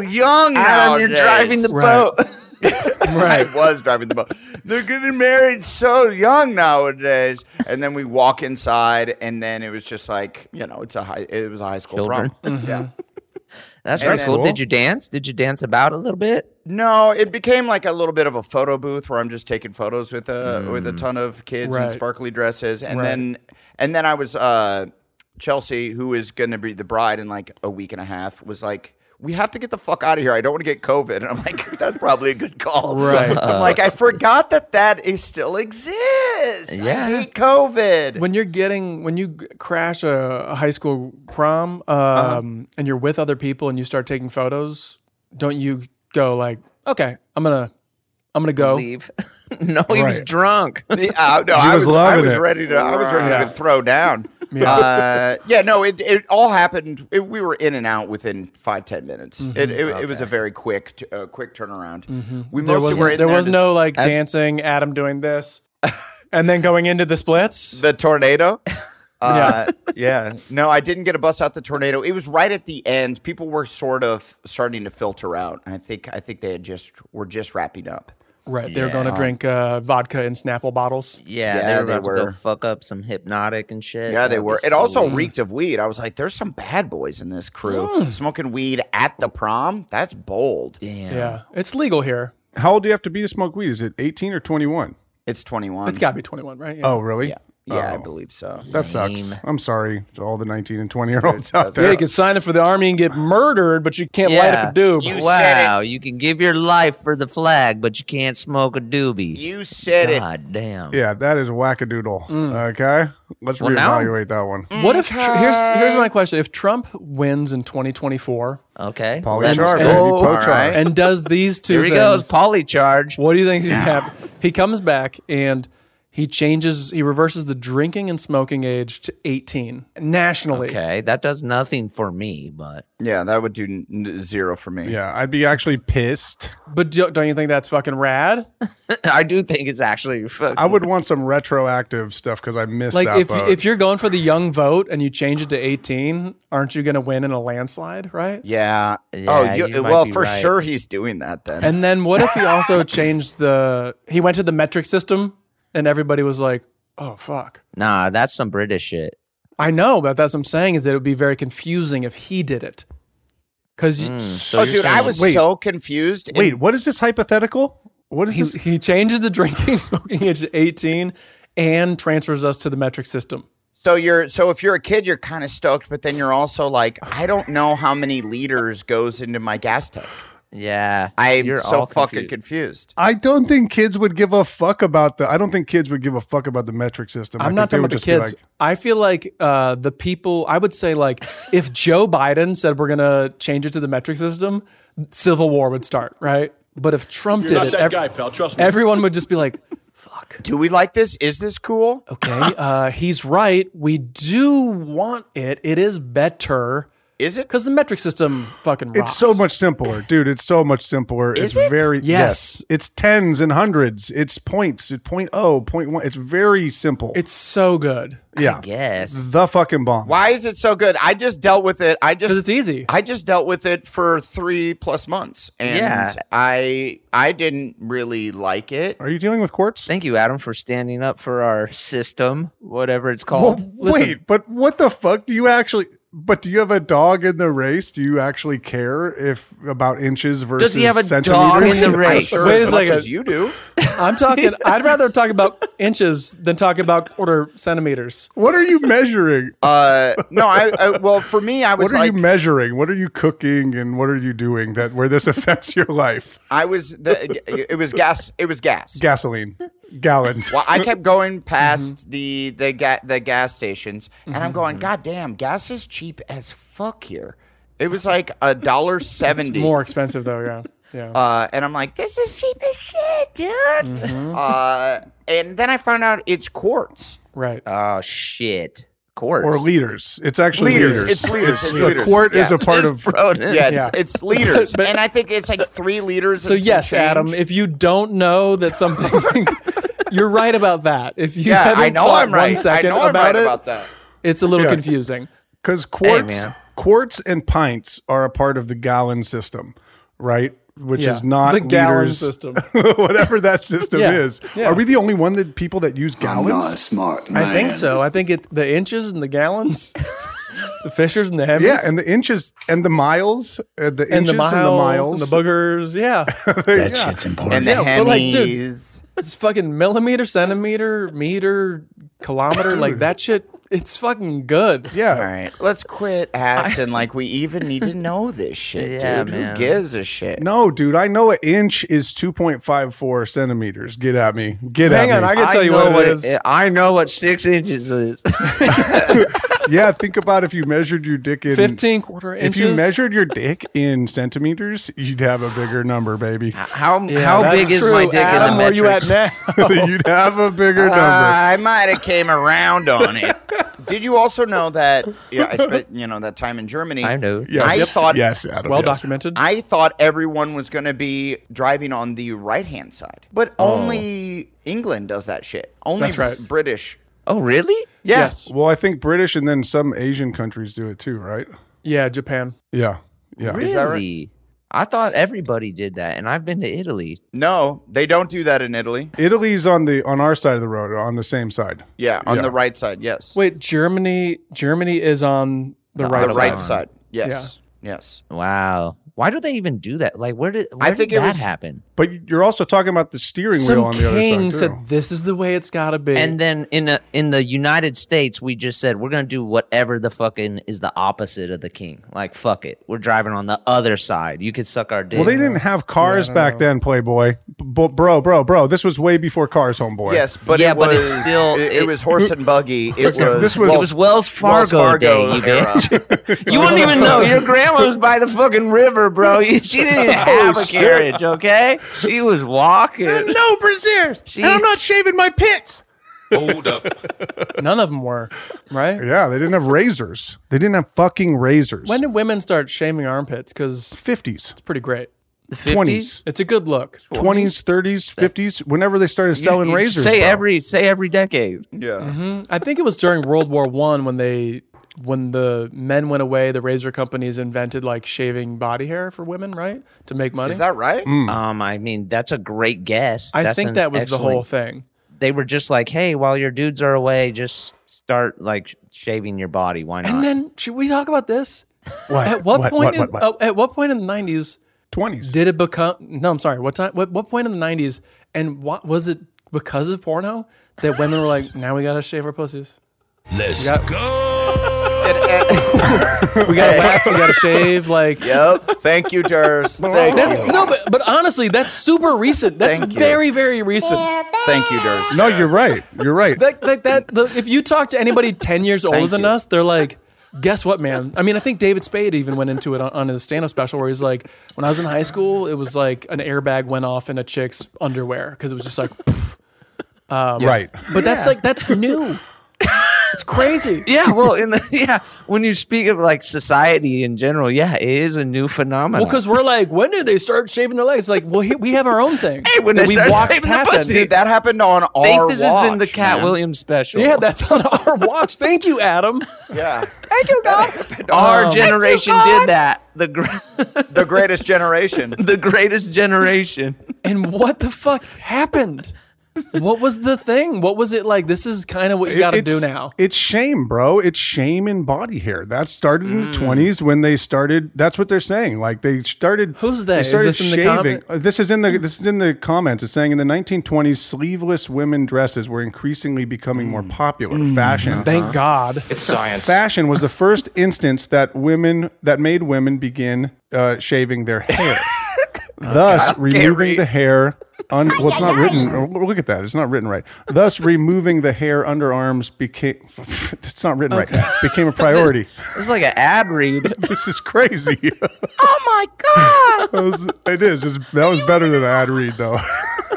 Adam,
young now.
you're driving the Right.
boat.
(laughs) I was driving the boat. They're getting married so young nowadays. And then we walk inside, and then it was just like you know, it's a high, it was a high school
Children.
prom. Yeah.
(laughs) That's
And
pretty
then-
cool. Did you dance? Did you dance about a little bit?
No, it became like a little bit of a photo booth where I'm just taking photos with a with a
Mm.
ton of kids in
Right.
sparkly dresses, and
Right.
then and then I was uh, Chelsea, who is going to be the bride in like a week and a half, was like. We have to get the fuck out of here. I don't want to get COVID. And I'm like, (laughs) that's probably a good call.
Right.
(laughs) I'm like, I forgot that that is still exists. I hate COVID.
When you're getting when you g- crash a, a high school prom um,
Uh-huh.
and you're with other people and you start taking photos, don't you go like, okay, I'm gonna I'm gonna go
leave? (laughs) no, he was drunk.
Yeah, uh,
(laughs)
no, I was, I was ready to I was ready
Right.
to throw down.
(laughs) Yeah.
Yeah, uh, yeah no, it, it all happened. It, we were in and out within five ten minutes.
Mhm.
It, it, it was a very quick t- uh, quick turnaround. We
Mm-hmm. there
mostly
was
were in
there,
there
was
to-
no like
As-
dancing. Adam doing
(laughs)
this, and then going into the splits. (laughs)
The tornado. Uh, yeah. No, I didn't get a bus out the tornado. It was right at the end. People were sort of starting to filter out. I think I think they had just were just wrapping up.
Right, they're
Yeah.
going to drink uh, vodka in Snapple bottles.
Yeah,
Yeah,
they were
they
about to go
were.
fuck up some hypnotic and shit.
Yeah, they
That'd be
were. It
so
also
weird.
reeked of weed. I was like, there's some bad boys in this crew. Smoking weed at the prom? That's bold.
Damn.
Yeah, it's legal here.
How old do you have to be to smoke weed? Is it 18 or 21?
It's 21.
It's got to be 21, right? Yeah.
Oh, really?
Yeah. Yeah, I
Oh.
believe so.
That sucks.
Lame.
I'm sorry to all the 19 and 20 year olds out
Yeah,
there.
you can sign up for the army and get murdered, but you can't light up a doob.
wow, you can give your life for the flag, but you can't smoke a doobie.
You said
God God damn.
Yeah, that is wackadoodle.
Mm.
Okay, let's
Well, now-
reevaluate that one.
What if tr- here's here's my question: If Trump wins in 2024,
okay,
Let's Polycharge,
Oh,
go. baby, pochar. Alright.
and does these two,
Here he
things,
goes, polycharge.
What do you think? happens? He comes back and he changes, he reverses the drinking and smoking age to 18 nationally.
Okay, that does nothing for me, but (laughs)
Yeah, that would do n- n- zero for me.
Yeah, I'd be actually pissed.
But do, don't you think that's fucking rad?
I do think it's actually. Fucking
I would want some retroactive stuff because I missed
Like
that.
if
vote.
if you're going for the young vote and you change it to 18, aren't you going to win in a landslide, right?
Yeah.
Yeah,
oh, you,
you might
well,
be
for
right.
sure he's doing that then.
And then what if he also changed the? He went to the metric system, and everybody was like, "Oh fuck."
Nah, that's some British shit.
I know, but that's what I'm saying is that it would be very confusing if he did it. Because
Mm.
oh, dude, I was so confused. and-
wait, what is this hypothetical? What is
he, he changes the drinking (laughs) smoking age to 18 and transfers us to the metric system.
So you're so if you're a kid, you're kind of stoked, but then you're also like, I don't know how many liters goes into my gas tank.
Yeah,
I'm
You're
so
all
fucking confused.
confused. I don't think kids would give a fuck about the. I don't think kids would give a fuck about the metric system. I
I'm
think
not
they
talking
would
about the
just be
kids.
like,
I feel like uh, the people, I would say,
(laughs)
like, if Joe Biden said we're going to change it to the metric system, civil war would start, right? But if Trump did
You're not
it,
that guy, pal. Trust me.
Everyone would just be like,
Do we like this? Is this cool? (laughs)
okay, uh, he's right. We do want it. It is better.
Is it?
Because the metric system fucking rocks.
It's so much simpler, dude. It's so much simpler.
Is
it's
it?
very
Yes.
It's tens and hundreds. It's points. It's point oh, point one. It's very simple.
It's so good.
Yeah.
Yes.
The fucking bomb.
Why is it so good? I just dealt with it. I just
it's easy.
I just dealt with it for three plus months, and
Yeah.
I I didn't really like it.
Are you dealing with quartz?
Thank you, Adam, for standing up for our system, whatever it's called.
Well, wait, but what the fuck do you actually? But do you have a dog in the race? Do you actually care if about inches versus?
he have a dog
centimeters?
in the race?
I'm sure
Wait a
as much
(laughs)
second.
as you-
do.
I'm (laughs) talking. I'd rather talk about inches than talk about quarter centimeters.
What are you measuring?
(laughs) Uh, no, I, I well for me I was
What are
like
you measuring? What are you cooking? And what are you doing that where this (laughs) affects your life?
I was the it was gas it was gas.
Gasoline, gallons. Mm-hmm.
Well, I kept
(laughs)
going past the the ga- the gas stations, and I'm going, God damn, gas is cheap as fuck here. It was like a dollar seventy.
More expensive though,
(laughs)
yeah, yeah.
Uh, and I'm like, this
Mm-hmm.
is cheap as shit, dude. Uh, and then I found out it's quartz.
Right.
Oh shit. Quartz.
Or leaders. It's actually
Leaders.
leaders.
It's leaders. It's
the
leaders.
quart is
Yeah.
a part
It's
of.
(laughs)
Broden.
Yeah, it's,
Yeah.
it's
(laughs)
leaders, and I think it's like three leaders.
So
(laughs)
and some
yes,
change.
Adam, if you don't know that something, you're right about that. If you
Yeah, I
haven't
know
thought
I'm right.
one second
I know I'm
about
right
it,
about that.
it's a little
Yeah.
confusing.
Because quarts, quarts and pints are a part of the gallon system, right? Which
Yeah.
is not
The gallon
liters,
system.
(laughs) whatever that system
Yeah.
is.
Yeah.
Are we the only one that people that use gallons?
smart
I think so. I think it the inches and the gallons, (laughs) the fishers and the heavies.
Yeah, and the inches and the miles, uh, the
and
inches
the miles
and the miles
and the boogers. Yeah,
That Yeah. shit's important. And the
but, like, dude,
hemis.
it's fucking millimeter, centimeter, meter, kilometer. like that shit. It's fucking good.
Yeah.
All right, let's quit
(laughs)
acting like we even need to know this shit,
Yeah,
dude.
man.
Who gives a shit?
No, dude, I know an inch is 2.54 centimeters. Get at me. Get
Hang
at
on,
me.
I can tell you what it is.
I know what six inches is.
yeah, think about if you measured your dick in
15 quarter
If you
inches?
measured your dick in centimeters, you'd have a bigger number, baby.
(laughs)
Ah,
How
Yeah, how that's big is my true. dick in the Adam, where you at metrics? now?
(laughs) you'd have a bigger number.
Uh, I might have came around on it. Did you also know that? Yeah, I spent you know that time in Germany.
I know.
Yes.
I
Yep.
thought
Yes, Adam, Well yes. documented.
I thought everyone was going to be driving on the right hand side, but
Oh.
only England does that shit. Only
That's right.
British.
Oh, really?
Yes. Well, I think British and then some Asian countries do it too, right?
Yeah, Japan.
Yeah. Yeah.
Really? I thought everybody did that, and I've been to Italy.
No, they don't do that in Italy.
Italy's on the on our side of the road, on the same side.
Yeah, on
Yeah.
the right side. Yes,
Wait, Germany. Germany is on the,
The
right.
right side. Yes. Yes.
Wow. Why do they even do that? Like, where did where
think
did
it
that
was-
happen?
But you're also talking about the steering wheel
Some
on the other
king
side. Too.
said this is the way it's got to be.
And then in a, in the United States, we just said we're gonna do whatever the fucking is the opposite of the king. Like, fuck it, we're driving on the other side. You could suck our dick.
Well, they didn't have cars back then, Playboy. B- bro, bro, bro. This was way before cars, homeboy.
Yes, but
Yeah,
it
but
was,
it's still-
it, it
it-
was horse and buggy. It was
Listen, this was-
it was Wells Fargo, day, you
era.
bitch. you wouldn't even know. Your grandma was by the fucking river, bro. You- She didn't even have a
shit.
carriage, okay? She was walking.
No brassieres.
And I'm
not shaving my pits.
Hold up.
None of them were, right?
Yeah, they didn't have razors. They didn't have fucking razors.
When did women start shaving armpits? Because
fifties,
it's pretty great.
The
50s?
it's a good look.
20s, 30s, 50s, whenever they started selling
You
razors.
Say
bro.
every say every decade.
Yeah.
hmm I think it was during World War One when they when the men went away, the razor companies invented like shaving body hair for women, right, to make money.
Is that right?
Mm.
Um, I mean, that's a great guess.
Hmm. I
That's
think
an
that was the whole
excellent-
thing.
They were just like, hey, while your dudes are away, just start like shaving your body. Why not?
And then should we talk about this?
What?
At what,
What?
point?
What?
in,
What? What?
uh, at what point in the nineties?
Twenties.
Did it become? No, I'm sorry. What time? What, what point in the nineties? And what was it because of porno that women were like, now we gotta shave our pussies.
Let's
got-
go.
We gotta wax. we gotta shave. Like
Yep. Thank you,
(laughs)
Durs. Thank
That's
you.
no, but, but honestly, that's super recent. That's
Thank you.
very, very recent.
Thank you, Durs.
No, you're right. You're right.
That, that, that the, if you talk to anybody ten years older
Thank
than
you.
us, they're like, guess what, man? I mean, I think David Spade even went into it on, on his stand-up special where he's like, when I was in high school, it was like an airbag went off in a chick's underwear because it was just like, poof. Um,
Right.
But that's like that's new. it's crazy.
Yeah, well, in the (laughs) yeah, when you speak of like society in general, yeah, it is a new phenomenon.
Well, because we're like, when did they start shaving their legs? Like, well, he, we have our own
(laughs)
thing.
Hey, when
that
they
we
started
watched
shaving the
happen.
pussy. (laughs)
Dude, that happened on
I think
our
this
watch,
is in the Cat
man.
Williams special.
Yeah, that's on our watch. Thank you, Adam.
Yeah.
Thank you, God.
our
Um,
generation did that. The gr- (laughs)
The greatest generation.
the greatest generation.
And what the fuck happened? What was the thing? What was it like? This is kind of what you
It-
got to
it's-
do now.
It's shame, bro. It's shame in body hair. That started in the twenties when they started. That's what they're saying. Like they started.
Who's they? Is
started
this in the comment?
Uh, This is in the this is in the comments. It's saying in the 1920s, sleeveless women dresses were increasingly becoming more popular. Fashion.
Thank God.
Science.
Fashion was the first instance that women that made women begin uh, shaving their hair, thus removing the hair. Un- well, it's not written. oh, Look at that; it's not written right. Thus, removing the hair underarms became. (laughs) it's not written right. Became a priority.
It's like an ad read.
this is crazy. (laughs)
Oh my
That was- it is. It's, that was better than an ad
(laughs)
read, though.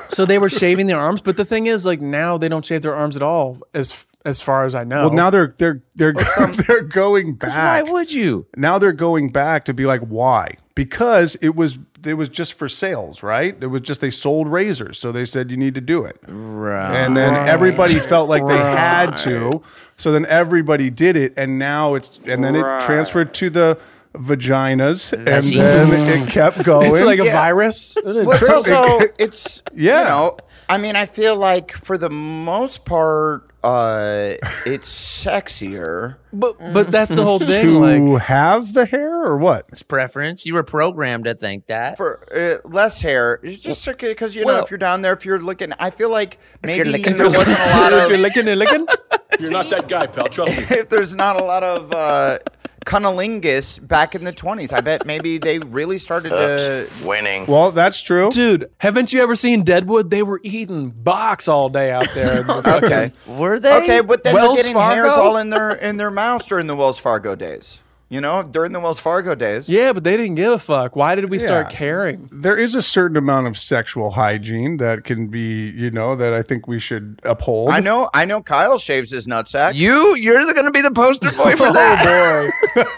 So they were shaving their arms, but the thing is, like now they don't shave their arms at all. As as far as I know.
Well, now they're they're they're (laughs) they're going back.
why would you?
Now they're going back to be like, why? Because it was it was just for sales, right? It was just they sold razors, so they said you need to do it, right? And then
Right.
everybody felt like they had to, so then everybody did it, and now it's and then
Right.
it transferred to the vaginas, and
Vagines.
then it kept
(laughs)
going.
It's like a
Yeah.
virus.
Well,
Oh, But it's also,
(laughs)
it's
Yeah.
You know, I mean, I feel like for the most part, uh, it's sexier.
But
Mm.
but that's the whole thing.
To
like
have the hair or what?
It's preference. You were programmed to think that.
For uh, less hair, it's just because you know
Well-
if you're down there, if you're looking, I feel like
you're
maybe
looking-
there wasn't
(laughs)
a lot of
licking and licking.
(laughs) You're not that guy, pal. Trust me. (laughs) if there's not a lot of uh, cunnilingus back in the 20s, I bet maybe they really started to.
winning.
Well, that's true,
dude. Haven't you ever seen Deadwood? They were eating box all day out there.
Okay.
were
Okay, but then
Wells
they're getting
Fargo?
hairs all in their in their mouths during the Wells Fargo days. You know, during the Wells Fargo days.
Yeah, but they didn't give a fuck. Why did we start
Yeah.
caring?
(laughs) There is a certain amount of sexual hygiene that can be, you know, that I think we should uphold.
I know, I know. Kyle shaves his nutsack.
You, you're going to be the poster boy for
Ah.
that.
(laughs)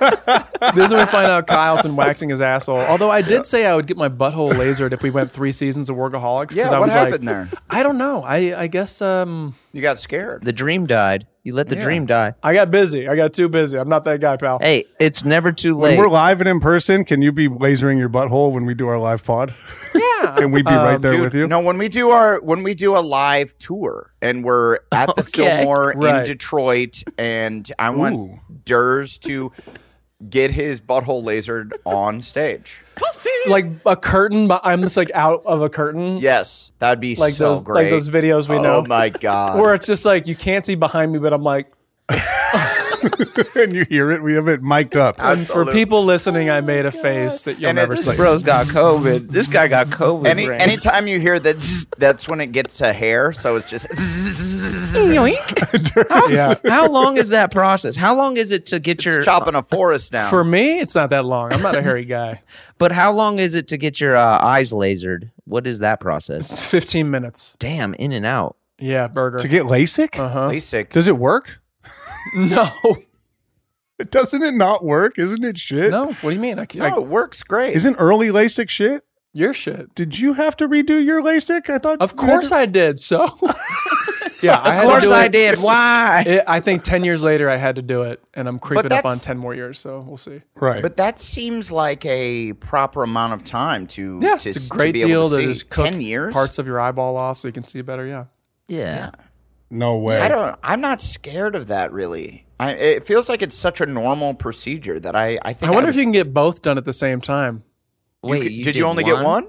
this is when we find out Kyle's been waxing his asshole. Although I did say I would get my butthole lasered if we went three seasons of Workaholics. 'cause
Yeah,
I
what
was like,
happened there?
I don't know. I I guess um
you got scared.
The dream died. You let the
Yeah.
dream die.
I got busy. I got too busy. I'm not that guy, pal.
Hey, it's never too
When
late.
we're live and in person, can you be lasering your butthole when we do our live
(laughs)
pod? Yeah. can we be
Um,
right there
Dude,
with you?
No, when we do our when we do a live tour and we're
(laughs)
at the
Okay.
Fillmore
Right.
in Detroit, and I want
Ooh.
Durs to get his butthole lasered on stage.
like a curtain, but I'm just like out of a curtain.
Yes, that'd be
like
so
those
great.
like those videos we
oh
know.
Oh my
(laughs)
god!
Where it's just like you can't see behind me, but I'm like.
and you (laughs) hear it. We have it mic'd up.
And for people listening, I made a face that you'll
Oh And
never
it's-
see.
bro's got
COVID. This guy got COVID.
Any, anytime you hear that, zzz, that's when it gets to hair. So it's just.
yeah.
How long is that process? How long is it to get your
chopping a forest down?
For me, it's not that long. I'm not a hairy guy.
But how long is it to get your uh, eyes lasered? What is that process?
It's 15 minutes.
Damn, in and out.
Yeah, burger.
To get LASIK?
Uh-huh.
LASIK.
Does it work?
(laughs) no.
(laughs) Doesn't it not work? Isn't it shit?
No. What do you mean? I,
No, it works great.
Isn't early LASIK shit?
Your shit.
Did you have to redo your LASIK? I thought.
Of course I did. So. yeah,
Of course I did. Why?
It, I (laughs) think 10 years later, I had to do it, and I'm creeping up on
that's-
10 more years. So we'll see.
Right.
But that seems like a proper amount of time to
Yeah,
to,
it's a
to
great
be able
deal to,
see.
just cook
ten years.
parts of your eyeball off so you can see better. Yeah.
Yeah.
No way.
I don't. I'm not scared of that really. I, it feels like it's such a normal procedure that I. I
I
think.
wonder if you can get both done at the same time.
Wait,
could-
you
did,
did
you only get
one?
one?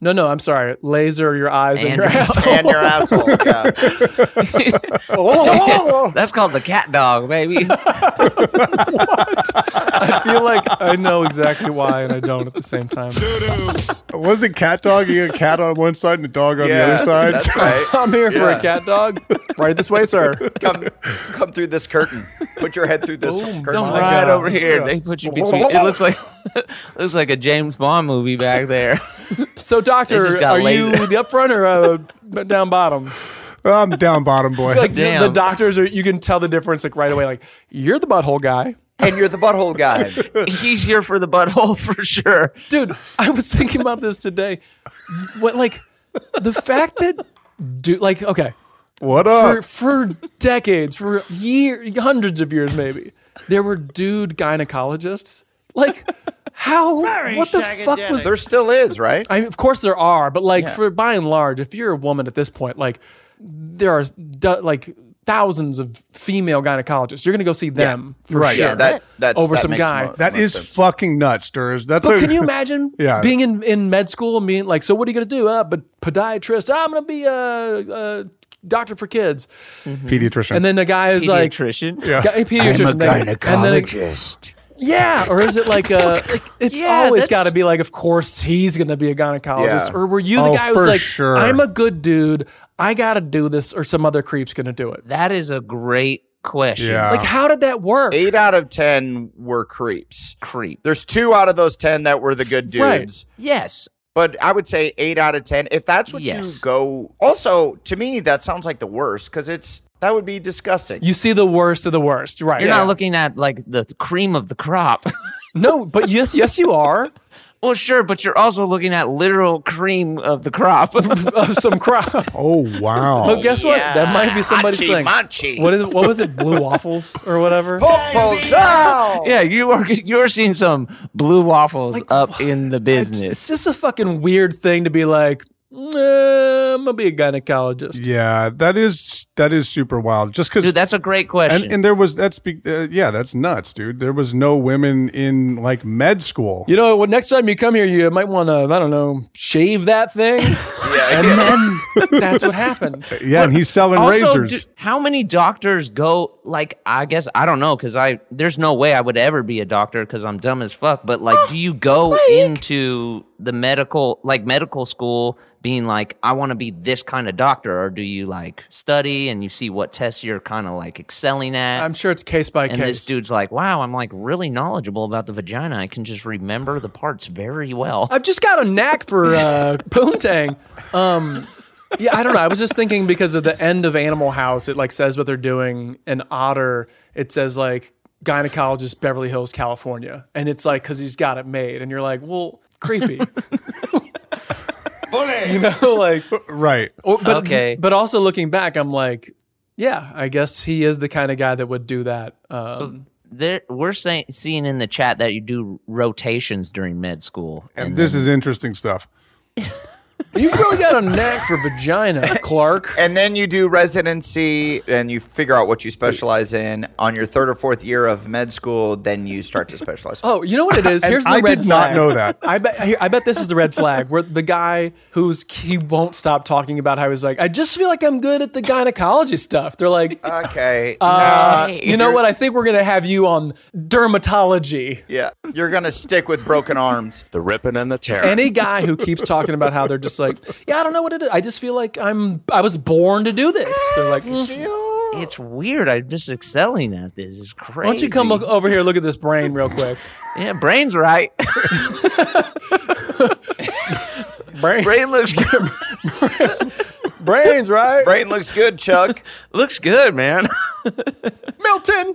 No, no, I'm sorry. Laser your eyes and,
And
your
your- (laughs)
asshole. (laughs)
And your asshole. Yeah.
That's called the cat dog, baby.
I feel like I know exactly why, and I don't at the same time.
(laughs) Was it cat dog? You had a cat on one side and a dog on the
Yeah,
other side.
That's right.
(laughs) I'm here for
Yeah.
a cat dog. Right this way, sir.
(laughs) Come, come through this curtain. Put your head through this curtain.
Come right
God.
over here. They put you between. It looks like (laughs) looks like a James Bond movie back there.
So,
They
doctor,
just got
are you
laser.
the up front or uh, down
(laughs)
bottom?
(laughs) I'm down bottom boy.
Like
Damn.
the doctors are, you can tell the difference like right away. Like you're the butthole guy,
And you're the butthole guy.
(laughs) He's here for the butthole (laughs) for sure.
(laughs) dude. I was thinking about this today. What like the fact that dude like okay
what
for
up?
for decades, for year, hundreds of years maybe, there were dude gynecologists. Like how?
Very
what the fuck
shagadelic.
was
there still is, right?
I mean, of course there are, but like
Yeah.
for by and large, if you're a woman at this point, like there are do- like thousands of female gynecologists. You're gonna go see them for
Right.
sure
Yeah,
that- that's-
over
that
some
makes
guy.
mo-
that is fucking nuts, Durs. That's.
but
a-
can (laughs) you imagine
Yeah.
being in, in med school and being like, so what are you gonna do? Uh, but podiatrist. ah, I'm gonna be a, a doctor for kids.
pediatrician?
And then the guy is like,
Pediatrician.
yeah. (laughs)
Gu- pediatrician. and then- and then it- yeah, or is it like
(laughs)
a? It's
Yeah,
always
that's-
got to be like, of course he's gonna be a gynecologist,
Yeah.
or were you the
Oh,
guy who's
for
like,
sure.
I'm a good dude, I gotta do this, or some other creep's gonna do it?
That is a great question.
Yeah.
Like, how did that work?
Eight out of ten were creeps.
Creep.
There's two out of those ten that were the good dudes.
Right.
Yes.
But I would say eight out of ten. If that's what
Yes.
you go, also to me that sounds like the worst because it's That would be disgusting.
You see the worst of the worst, right?
You're not looking at like the cream of the crop. (laughs)
no, but yes, yes, you are.
Well, sure, but you're also looking at literal cream of the
(laughs)
crop
of
(laughs)
some crop.
Oh wow!
But guess what? That might be somebody's
Machi,
thing.
machi.
What is? What was it? Blue waffles or
(laughs)
whatever?
yeah, you are (laughs) you're seeing some blue waffles up in the
It's
business.
just a fucking weird thing to be like. "Nah, I'm gonna be a gynecologist.
Yeah, that is that is super wild. Just because
Dude, that's a great question.
And, and there was that's be, uh, yeah, that's nuts, dude. There was no women in like med school.
You know, well, next time you come here, you might want to, I don't know, shave that
(laughs)
thing. yeah, and then that's what happened.
Yeah, and he's selling
also,
razors.
dude, how many doctors go like? I guess I don't know because I there's no way I would ever be a doctor because I'm dumb as fuck. But like, do you go into the medical like medical school being like, I want to be this kind of doctor, or do you like study and you see what tests you're kind of like excelling at?
I'm sure it's case by
and
case.
this dude's like, wow, I'm like really knowledgeable about the vagina. I can just remember the parts very well.
I've just got a knack for
(laughs)
uh, poontang. Um, yeah, I don't know. I was just thinking because of the end of Animal House, it like says what they're doing. An otter, it says like gynecologist Beverly Hills, California, and it's like because he's got it made, and you're like, well,
(laughs)
creepy. (laughs) you know, like Oh,
right.
but,
Okay.
but also looking back, I'm like, yeah, I guess he is the kind of guy that would do that. Um,
There, we're saying, seeing in the chat that you do rotations during med school.
And Um, this is interesting stuff.
you really got a knack for vagina, Clark.
And then you do residency and you figure out what you specialize in. On your third or fourth year of med school, then you start to
(laughs)
specialize.
Oh, you know what it is?
And
Here's the
I
red
did not
flag.
know
(laughs)
that.
I bet. here, I bet this is the red flag where the guy who's he won't stop talking about how he's like, I just feel like I'm good at the gynecology stuff. They're like,
okay,
uh,
no.
you know what? I think we're gonna have you on dermatology.
Yeah, you're gonna stick with broken arms.
The ripping and the tearing.
Any guy who keeps talking about how they're just like, yeah, I don't know what it is. I just feel like I'm. I was born to do this. They're like,
it's weird. I'm just excelling at this. It's crazy.
why don't you come look over here? Look at this brain real quick.
Yeah, brain's right.
(laughs) brain.
brain (laughs) looks good.
Brains right.
Brain looks good, Chuck.
looks good, man.
(laughs) Milton.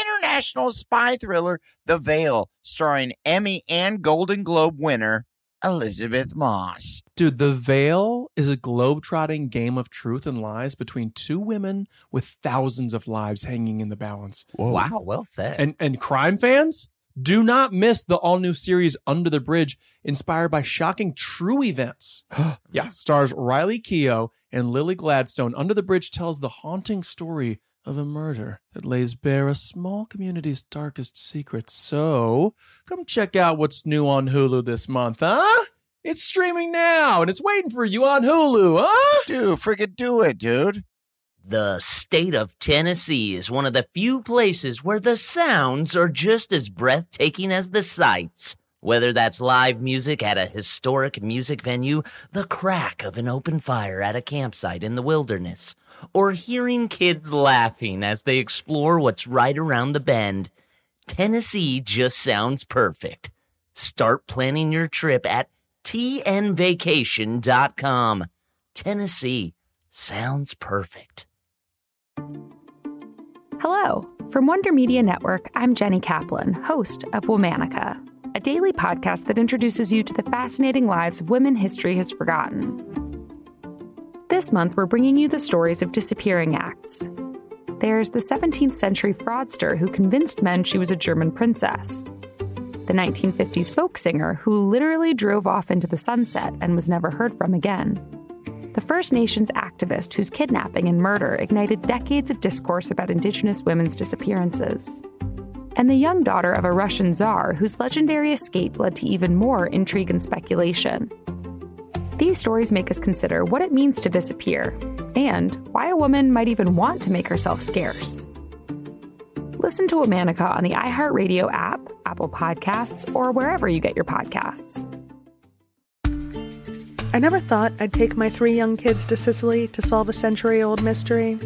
international spy thriller, The Veil, starring Emmy and Golden Globe winner Elizabeth Moss.
Dude, The Veil is a globe-trotting game of truth and lies between two women with thousands of lives hanging in the balance.
Wow, well said.
And and crime fans, do not miss the all-new series Under the Bridge, inspired by shocking true events. yeah, stars Riley Keough and Lily Gladstone. Under the Bridge tells the haunting story of a murder that lays bare a small community's darkest secrets. So, come check out what's new on Hulu this month, huh? It's streaming now and it's waiting for you on Hulu, huh?
Dude, friggin' do it, dude.
The state of Tennessee is one of the few places where the sounds are just as breathtaking as the sights. Whether that's live music at a historic music venue, the crack of an open fire at a campsite in the wilderness, or hearing kids laughing as they explore what's right around the bend, Tennessee just sounds perfect. Start planning your trip at tnvacation.com. Tennessee sounds perfect.
Hello. From Wonder Media Network, I'm Jenny Kaplan, host of Womanica, a daily podcast that introduces you to the fascinating lives of women history has forgotten. This month, we're bringing you the stories of disappearing acts. There's the 17th century fraudster who convinced men she was a German princess, the 1950s folk singer who literally drove off into the sunset and was never heard from again the First Nations activist whose kidnapping and murder ignited decades of discourse about Indigenous women's disappearances. And the young daughter of a Russian czar whose legendary escape led to even more intrigue and speculation. These stories make us consider what it means to disappear, and why a woman might even want to make herself scarce. Listen to Womanica on the iHeartRadio app, Apple Podcasts, or wherever you get your podcasts.
I never thought I'd take my three young kids to Sicily to solve a century old mystery,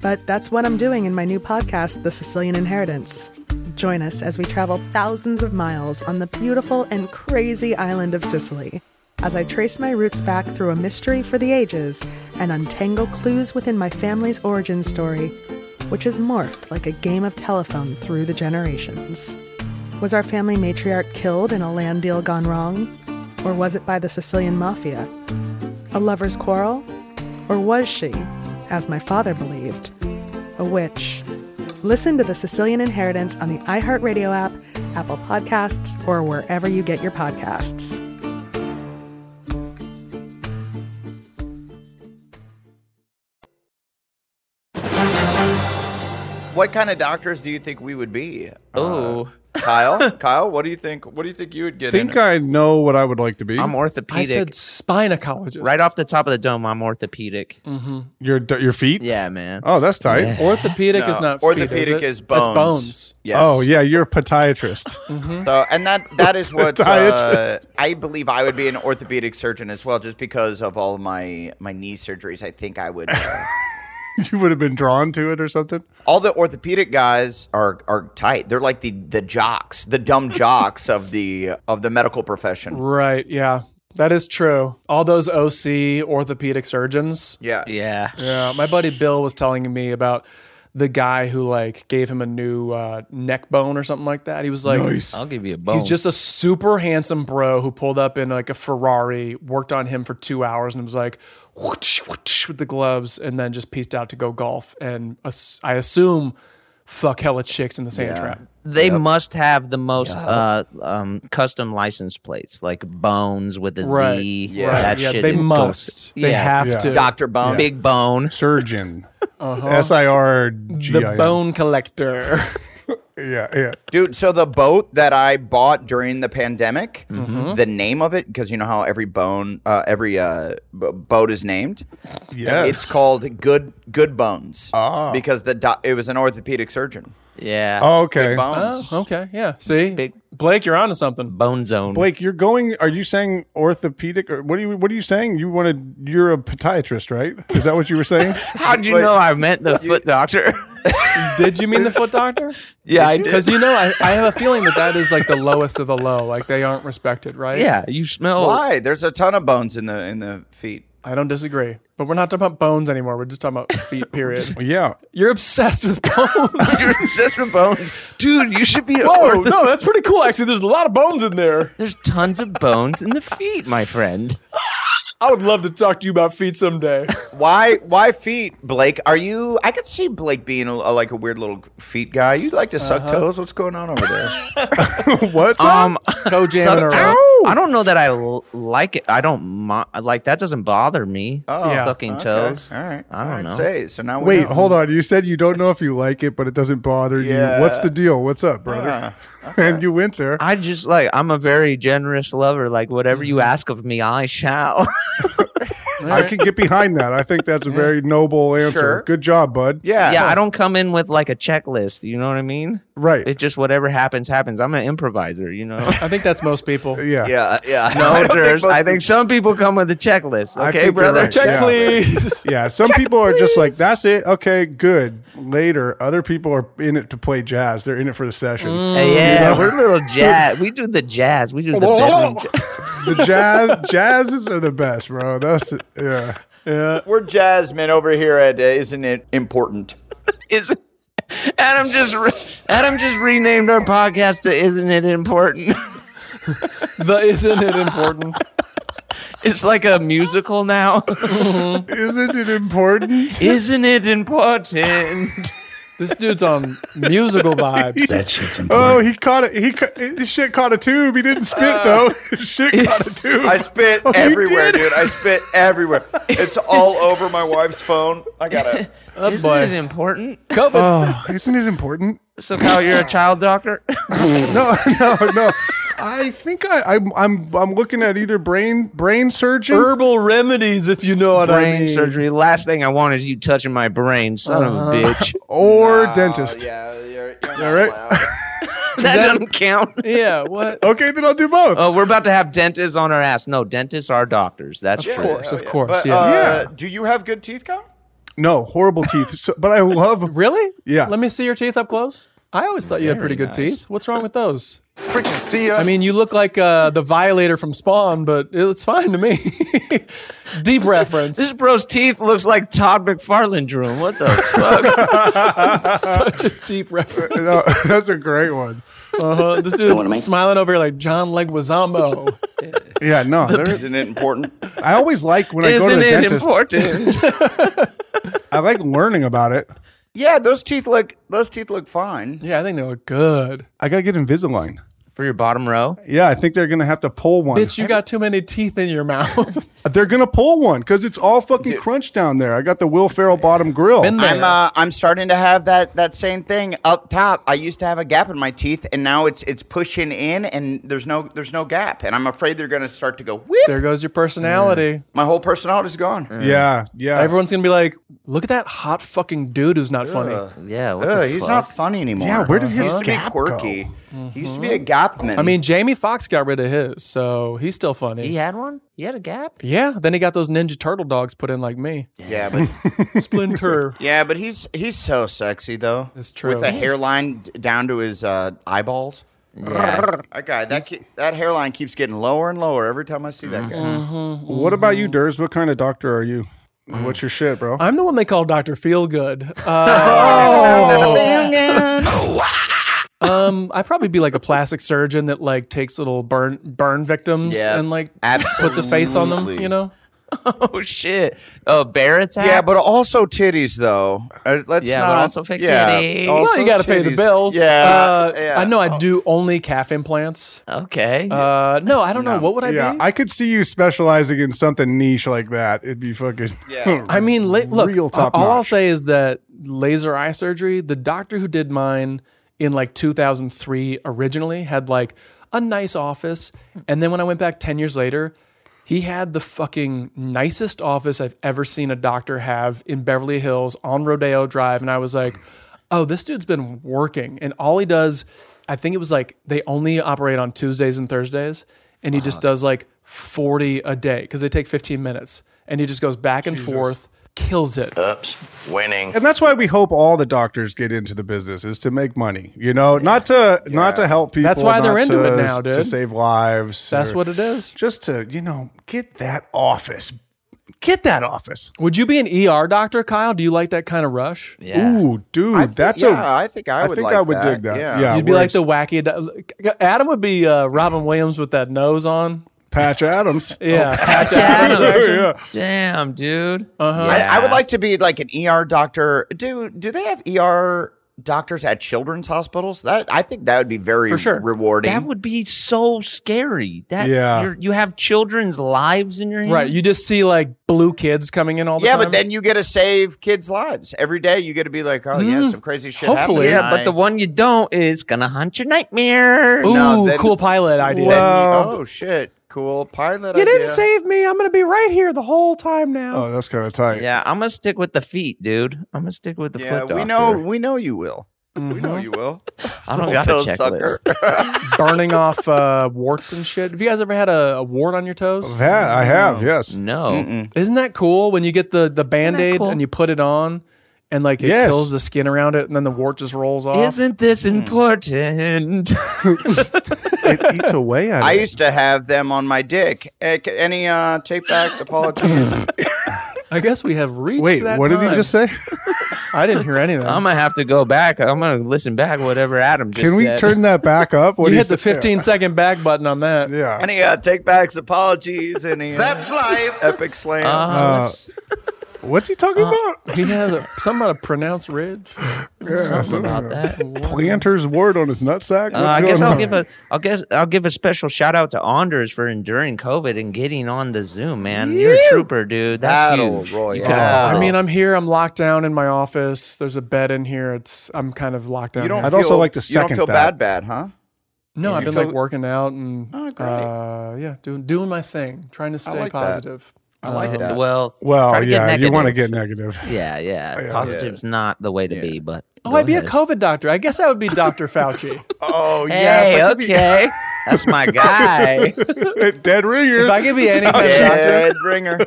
but that's what I'm doing in my new podcast, The Sicilian Inheritance. Join us as we travel thousands of miles on the beautiful and crazy island of Sicily as I trace my roots back through a mystery for the ages and untangle clues within my family's origin story, which has morphed like a game of telephone through the generations. Was our family matriarch killed in a land deal gone wrong? Or was it by the Sicilian mafia? A lover's quarrel? Or was she, as my father believed, a witch? Listen to The Sicilian Inheritance on the iHeartRadio app, Apple Podcasts, or wherever you get your podcasts.
What kind of doctors do you think we would be?
Oh.
Uh, Kyle, Kyle, what do you think? What do you think you would
I
get?
think
in
I know what I would like to be.
Um,
I'm orthopedic.
gynecologist.
Right off the top of the dome, I'm orthopedic.
Mm-hmm.
Your your feet?
Yeah, man.
Oh, that's tight.
Yeah.
Orthopedic is
No,
not feet,
uh,
is,
orthopedic
it?
is
That's
bones.
bones.
Yes.
Oh yeah, you're
(laughs)
a podiatrist.
So, and that that is what uh,
Podiatrist.
I believe I would be an orthopedic surgeon as well, just because of all my my knee surgeries. I think I would. uh,
(laughs) you would have been drawn to it or something.
all the orthopedic guys are are tight. They're like the the jocks, the dumb jocks of the of the medical profession.
Right. Yeah. That is true. All those OC orthopedic surgeons.
Yeah.
Yeah.
Yeah. My buddy Bill was telling me about the guy who like gave him a new uh, neck bone or something like that. He was like,
I'll give you a bone.
He's just a super handsome bro who pulled up in like a Ferrari, worked on him for two hours, and was like, whoosh, whoosh, with the gloves, and then just pieced out to go golf. And ass- I assume, fuck hella chicks in the sand trap.
They must have the most uh, um, custom license plates, like Bones with a Z.
Right.
Yeah,
Right.
that
Yeah,
shit
they
goes-
must. They have Yeah. to. Dr. Bone. Yeah.
Big Bone,
(laughs) surgeon,
Uh-huh.
S I R G
The
I N.
bone collector.
Yeah, yeah.
Dude, so the boat that I bought during the pandemic,
Mhm.
the name of it, because you know how every bone, uh, every uh, b- boat is named.
Yes.
it's called Good Good Bones.
Ah.
because the doc- it was an orthopedic surgeon.
Yeah.
Oh, okay.
Good bones.
Oh, okay. Yeah. See, Blake, you're onto something.
Bone zone.
Blake, you're going. Are you saying orthopedic? Or what are you? What are you saying? You wanted. You're a podiatrist, right? Is that what you were saying?
How'd you know I meant the foot doctor?
(laughs) Did you mean the foot doctor?
(laughs) Yeah, I did.
Because you know, I, I have a feeling that that is like the lowest of the low. Like they aren't respected, right?
Why? There's a ton of bones in the in the feet.
I don't disagree, but we're not talking about bones anymore. We're just talking about (laughs) feet. Period.
(laughs) yeah,
you're obsessed with
(laughs)
bones.
you're obsessed with bones, dude. You should be. a
Whoa,
ortho-
no, that's pretty cool. Actually, there's a lot of bones in there.
There's tons of bones in the feet, my friend.
I would love to talk to you about feet someday.
(laughs) Why? Why feet, Blake? Are you? I could see Blake being a, like a weird little feet guy. You like to suck
Uh-huh.
toes? What's going on over there?
What's
um,
Toe
so-
jamming or
I, don't- I don't know that I l- like it. I don't mo- like that. Doesn't bother me.
Oh, Yeah.
sucking
okay.
toes.
All right.
I don't
All right,
know.
say, so now
(laughs) Wait, hold on. You said you don't know if you like it, but it doesn't bother
Yeah.
you. What's the deal? What's up, brother? (laughs) And you went there.
I just like I'm a very generous lover. Like whatever you ask of me, I shall. (laughs)
I can get behind that. I think
(laughs)
that's a very noble answer.
Sure.
Good job, bud.
yeah. I don't come in with like a checklist. You know what I mean?
Right.
It's just whatever happens, happens. I'm an improviser. You know.
I
(laughs)
think that's most people.
Yeah.
Yeah. Yeah.
No,
I don't think
Jers,
most
I think some people come with a checklist.
I
Okay,
think you're
brother.
right. Yeah. Yeah, some people are just like, that's it. Okay, good. Later, other people are in it to play jazz. They're in it for the session.
Hey, yeah, we're little jazz. We do the jazz. We do the bedroom jazz.
the jazz jazzes are the best, bro. That's yeah. Yeah.
(laughs) We're Jasmine over here at uh, Isn't It Important?
Adam just re- Adam just renamed our podcast to "Isn't It Important."
(laughs) the "Isn't It Important."
It's like a musical now.
Isn't it important?
Isn't it important?
This dude's on
(laughs)
musical
(laughs)
vibes.
That
shit's
Oh, he caught it. He ca- his shit caught a tube. He didn't spit though. (laughs) His shit caught a tube.
I spit
Oh, you
everywhere,
did?
dude. I spit everywhere. It's all over my wife's phone. I gotta.
Isn't it important?
Oh, isn't it important?
(laughs)
So, Kyle, you're a child doctor.
(laughs) no, no, no. I think I, I'm I'm I'm looking at either brain brain surgeon,
herbal remedies, if you know what
brain
I mean.
surgery. Last thing I want is you touching my brain, son
Uh-huh.
of a
(laughs)
bitch.
or dentist. Yeah, all right.
that doesn't count.
yeah. What?
(laughs) Okay, then I'll do both.
Oh, we're about to have dentists on our ass. No, dentists are doctors. That's
Of
true.
course,
of course.
But, uh, do you have good teeth, Kyle?
No, horrible teeth. So, but
(laughs)
I love.
really?
Yeah.
Let me see your teeth up close. I always thought you had
Very
pretty good
nice.
teeth. What's wrong with those?
Freaking see ya.
I mean, you look like uh, the Violator from Spawn, but it's fine to me. (laughs) Deep (laughs) reference.
This bro's teeth looks like Todd McFarlane drew him. (laughs) What the fuck?
Such a deep reference.
(laughs) No, (laughs) that's a great one.
Uh-huh. This
You know what I mean?
dude smiling over here like John Leguizamo.
Yeah, no,
The- (laughs)
there
Isn't
it important?
(laughs) I always like when I go
Isn't
to the
it
dentist.
(laughs)
important?
I like learning about it.
Yeah, those teeth look those teeth look fine.
Yeah, I think they look good.
I gotta get Invisalign.
For your bottom row?
Yeah, I think they're gonna have to pull one.
Bitch, you got too many teeth in your mouth.
They're gonna pull one because it's all fucking crunch down there. I got the Will Ferrell bottom grill.
I'm uh, I'm starting to have that that same thing up top. I used to have a gap in my teeth, and now it's it's pushing in, and there's no there's no gap, and I'm afraid they're going to start to go. Whoop. Mm.
There goes your personality.
My whole personality's gone. Mm.
Yeah, yeah.
Everyone's gonna be (laughs) like, "Look at that hot fucking dude who's not
Ugh.
funny."
Yeah,
Ugh, he's not funny anymore.
Yeah, where did his
he used to be
gap
quirky? He
Mm-hmm.
used to be a gapman.
I mean, Jamie Foxx got rid of his, so he's still funny.
He had one? He had a gap?
Yeah, then he got those Ninja Turtle dogs put in like me.
yeah,
(laughs)
but (laughs)
Splinter.
yeah, but he's he's so sexy though.
It's true.
With a hairline d- down to his uh, eyeballs.
Yeah.
That guy, that ki- that hairline keeps getting lower and lower every time I see that guy.
what about you, Durs? What kind of doctor are you? What's your shit, bro?
I'm the one they call Doctor Feelgood. uh,
Oh.
um, I'd probably be like a plastic surgeon that like takes little burn burn victims
Yeah,
and like puts a face on them. You know,
(laughs) oh, shit. Oh, bear attacks?
Yeah, but also titties though. Uh, let's
Yeah, but
not.
also fix titties.
also
well, you got to pay the
titties.
bills.
Yeah,
Uh,
yeah.
I know. I do only calf implants.
Okay.
Uh, no, I don't know. What would I
yeah,
be?
I could see you specializing in something niche like that. It'd be fucking. (laughs)
I mean, la- look,
Real
all
top
all I'll
notch.
say is that laser eye surgery, the doctor who did mine in like 2003 originally had like a nice office. And then when I went back 10 years later, he had the fucking nicest office I've ever seen a doctor have in Beverly Hills on Rodeo Drive. And I was like, oh, this dude's been working. And all he does, I think it was like they only operate on Tuesdays and Thursdays. And he
Ah,
just does like 40 a day because they take 15 minutes. And he just goes back and forth, kills it.
Oops. Winning.
and that's why we hope all the doctors get into the business is to make money. You know, Oh, not to not to help people.
That's why they're
not
into
to-
it now, dude.
To save lives.
That's
or
what it is.
Just to you know, get that office. Get that office.
Would you be an ER doctor, Kyle? Do you like that kind of rush?
Ooh, dude, that's
yeah,
a.
I think I
I
would.
think
like
I would dig that. Yeah.
You'd be
where
like the wacky. do- Adam would be uh, Robin Williams with that nose on.
Patch Adams. (laughs)
Yeah. Patch
(laughs) Adams.
yeah.
Damn, dude.
Uh-huh.
I, I would like to be like an ER doctor. Do do they have ER doctors at children's hospitals? That I think that would be very
For sure.
rewarding.
That would be so scary. That
Yeah.
you're, you have children's lives in your hands.
Right. You just see like blue kids coming in all the
yeah,
time.
but then you get to save kids' lives every day. You get to be like, oh yeah, some crazy shit.
Mm-hmm. Hopefully.
happened
Yeah,
tonight.
but the one you don't is gonna haunt your nightmares.
Ooh,
No, then-
cool pilot idea.
Then you-
Well-
oh shit, cool pilot.
you didn't
idea.
save me. I'm going to be right here the whole time now.
Oh, that's kind of tight.
Yeah, I'm gonna stick with the feet, dude. I'm gonna stick with the
Yeah,
foot.
we know. We know you will.
mm-hmm.
We know you will.
I don't got a
Little
checklist.
Burning off uh, warts and shit. Have you guys ever had a, a wart on your toes?
I've had- I have,
Oh. (laughs)
yes.
No.
Isn't that cool when you get the, the band aid and you put it on and like it
Yes.
kills the skin around it and then the wart just rolls off?
Isn't this
Mm.
(laughs)
important?
It eats away at
I
it.
used to have them on my dick. Eh, c- Any uh, take backs, apologies.
(laughs)
I guess we have reached
Wait,
that
what did
time.
he just say?
I didn't hear
(laughs)
anything.
I'm gonna have to go back. I'm gonna listen back whatever Adam just
Can we
said.
turn that back up? What
(laughs) you
he
hit the
said?
15 second back button on that.
Yeah.
any uh, take backs, apologies. Any uh, that's life. Epic slam.
Uh, what's he talking
Uh.
about?
He has a, something about a pronounced ridge.
Something about
(laughs)
that?
Planter's wart on his nutsack.
Uh, I guess I'll give a I'll guess I'll give a special shout out to Anders for enduring COVID and getting on the Zoom, man. You're a trooper, dude. That's
Battle
huge.
Royale.
You could've fought
I mean, I'm here. I'm locked down in my office. There's a bed in here. It's I'm kind of locked down.
you don't.
here.
I'd also
feel-
like to
You don't
second
feel
that.
bad, bad, huh?
No,
Yeah.
I've
You
been
feel-
like working out and
Oh, great.
uh, yeah, doing doing my thing, trying to stay
like that.
positive.
I like
Um,
that.
Well,
Well,
try to get
yeah, you wanna
negative.
get negative.
Yeah, yeah.
Yeah.
Positive's not the way to be, but
Oh,
go
I'd be
ahead.
a COVID doctor. I guess I would be (laughs) Dr. Fauci. (laughs)
oh,
Hey, okay. That's my guy.
Dead ringer.
If I could be any kind of
Dead
doctor, (laughs)
ringer.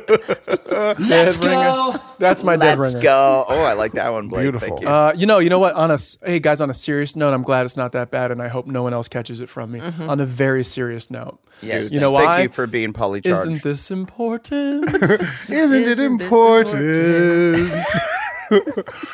Let's go. That's my dead
Let's
ringer.
go. Oh, I like that one, Blake. Thank you.
Uh, you know, you know what? On a s- hey guys, on a serious note, I'm glad it's not that bad, and I hope no one else catches it from me.
Mhm.
On a very serious note,
Yes,
you know
thank
why?
you for being polycharged.
Isn't this (laughs) important?
Isn't
(laughs)
it important?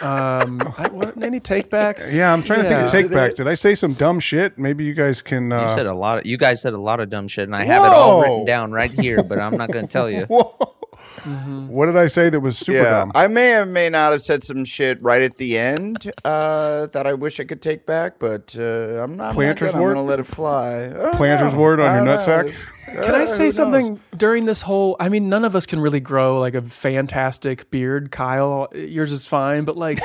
um, I, what, any takebacks?
yeah, I'm trying to
Yeah.
think of take back. Did I say some dumb shit? Maybe you guys can. Uh,
you said a lot. Of, you guys said a lot of dumb shit, and I have it all written
Whoa.
down right here, but I'm not going
(laughs)
to tell you.
Mm-hmm.
what did I say that was super
yeah,
dumb?
I may or may not have said some shit right at the end uh, that I wish I could take back, but uh, I'm not. I'm not
Planter's
gonna,
word?
I'm gonna let it fly. Uh, I don't
Planter's
know.
word on
I
your
don't know.
nutsack? (laughs)
It's-
Can
uh,
I say
who knows?
something during this whole? I mean, none of us can really grow like a fantastic beard, Kyle. Yours is fine, but like,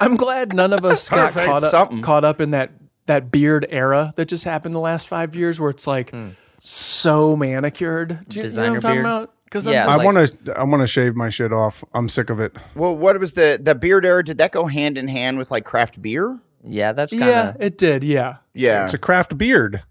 I'm glad none of us got
Alright,
caught
something.
up caught up in that that beard era that just happened the last five years, where it's like so manicured. Do you, you know what
Designer
I'm talking
beard?
about? Because
Yeah,
I'm
I
just
want to. I want to shave my shit off. I'm sick of it.
Well, what was the the beard era? Did that go hand in hand with like craft beer?
Yeah, that's
like, yeah, it did, yeah.
Yeah.
it's a craft beard.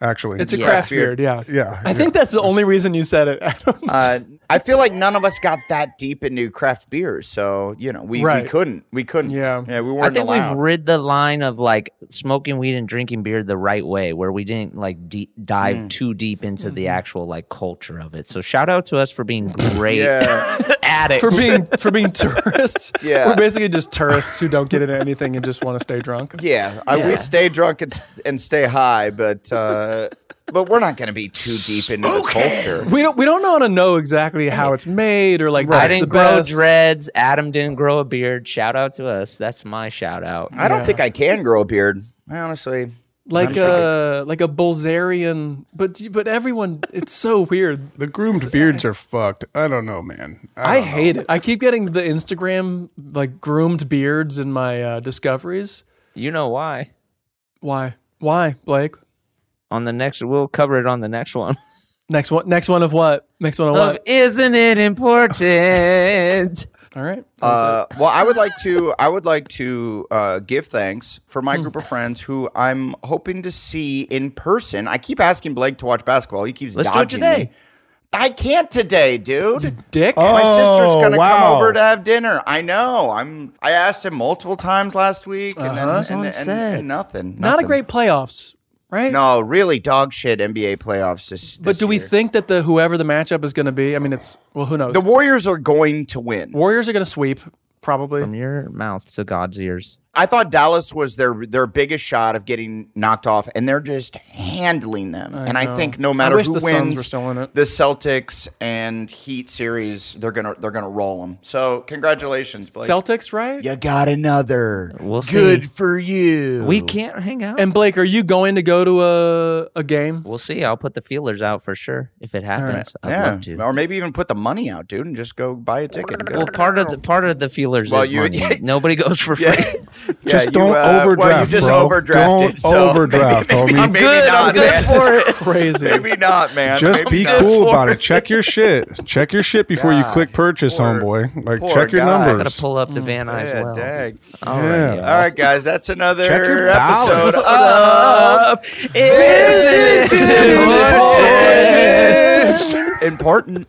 Actually,
It's a craft beard, yeah.
Yeah,
I think that's the only reason you said it. I don't
Uh, I feel like none of us got that deep into craft beer, so you know we,
Right.
we couldn't. We couldn't.
Yeah.
yeah we
I
weren't
think
allowed.
we've rid the line of like smoking weed and drinking beer the right way, where we didn't like deep dive
Mm.
too deep into the
Mm-hmm.
actual like culture of it. So shout out to us for being great
Yeah.
(laughs) at it.
for being for being tourists.
Yeah.
we're basically just tourists who don't get into anything and just want to stay drunk.
Yeah, I,
Yeah.
we stay drunk and, s- and stay high, but uh, but we're not going to be too deep into the culture.
We don't we don't want to know exactly how it's made or like
I
that's the
didn't grow
best.
dreads. Adam didn't grow a beard. Shout out to us. That's my shout out.
I don't think I can grow a beard. I honestly
like
I'm sure
a like a Bolzarian, but but everyone, it's so weird.
The groomed beards are fucked. I don't know, man.
I,
don't know.
hate it. I keep getting the Instagram like groomed beards in my uh, discoveries.
You know why?
Why? Why, Blake?
On the next, we'll cover it on the next one.
Next one. Next one of what? Next one of
Of
what?
isn't it important?
All right.
Uh, well, I would like to. I would like to uh, give thanks for
Hmm.
my group of friends who I'm hoping to see in person. I keep asking Blake to watch basketball. He keeps
Let's do it
dodging
today.
me. I can't today, dude. Um,
Dick.
My sister's
Oh,
gonna
wow.
come over to have dinner. I know. I'm. I asked him multiple times last week, and, then,
Oh. Uh-huh.
and,
That's what
and,
I
and-
said.
and nothing.
Not a
nothing.
great playoffs, right?
No, really dog shit NBA playoffs. This,
But do we think that the whoever the matchup is going to be? I mean, it's well, who knows?
the Warriors are going to win?
Warriors are going to sweep, probably.
From your mouth to God's ears.
I thought Dallas was their their biggest shot of getting knocked off, and they're just handling them. and I
know.
think no
I
matter
wish
who
the Suns
wins
were still in it.
the Celtics and Heat series, they're gonna they're gonna roll them. So congratulations, Blake.
Celtics, right?
you got another.
We'll see.
Good for you.
We can't hang out.
And Blake, are you going to go to a a game?
We'll see. I'll put the feelers out for sure if it
right.
happens. I'd
yeah,
love to.
or maybe even put the money out, dude, and just go buy a ticket. and go.
Well, part of the part of the feelers
Well,
is
you-
money. Nobody goes for free.
Just
Yeah, you,
don't
uh, Well, you
overdraft,
just
bro.
overdrafted.
Don't
so
overdraft,
maybe, maybe,
homie. I'm
maybe
good,
Not,
I'm good
man. (laughs)
for it.
Crazy.
(laughs)
Maybe not, man.
Just
Maybe
be
not.
cool about it. Check your shit.
(laughs)
Check your shit before you click purchase, homeboy. Like
poor
check your
guy.
I gotta
numbers.
pull up the Van Nuys
Yeah,
Wells.
dang.
All
Yeah.
right,
All right, guys, that's another
Check your
episode
balance.
of
Is it
Important.
important?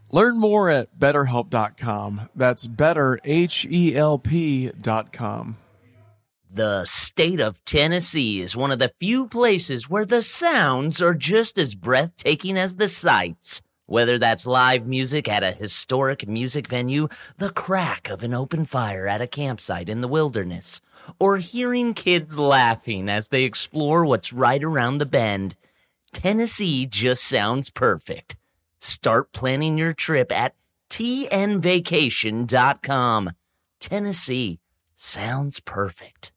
Learn more at betterhelp.com. That's better, H E L P.com.
The state of Tennessee is one of the few places where the sounds are just as breathtaking as the sights.
Whether that's live music at a historic music venue, the crack of an open fire at a campsite in the wilderness, or hearing kids laughing as they explore what's right around the bend, Tennessee just sounds perfect. Start planning your trip at tnvacation.com. Tennessee sounds perfect.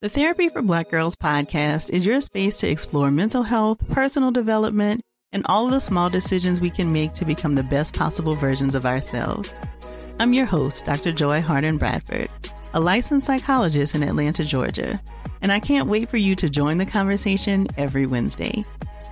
The Therapy for Black Girls podcast is your space to explore mental health, personal development, and all of the small decisions we can make to become the best possible versions of ourselves. I'm your host, Dr. Joy Harden Bradford, a licensed psychologist in Atlanta, Georgia, and I can't wait for you to join the conversation every Wednesday.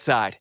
Side.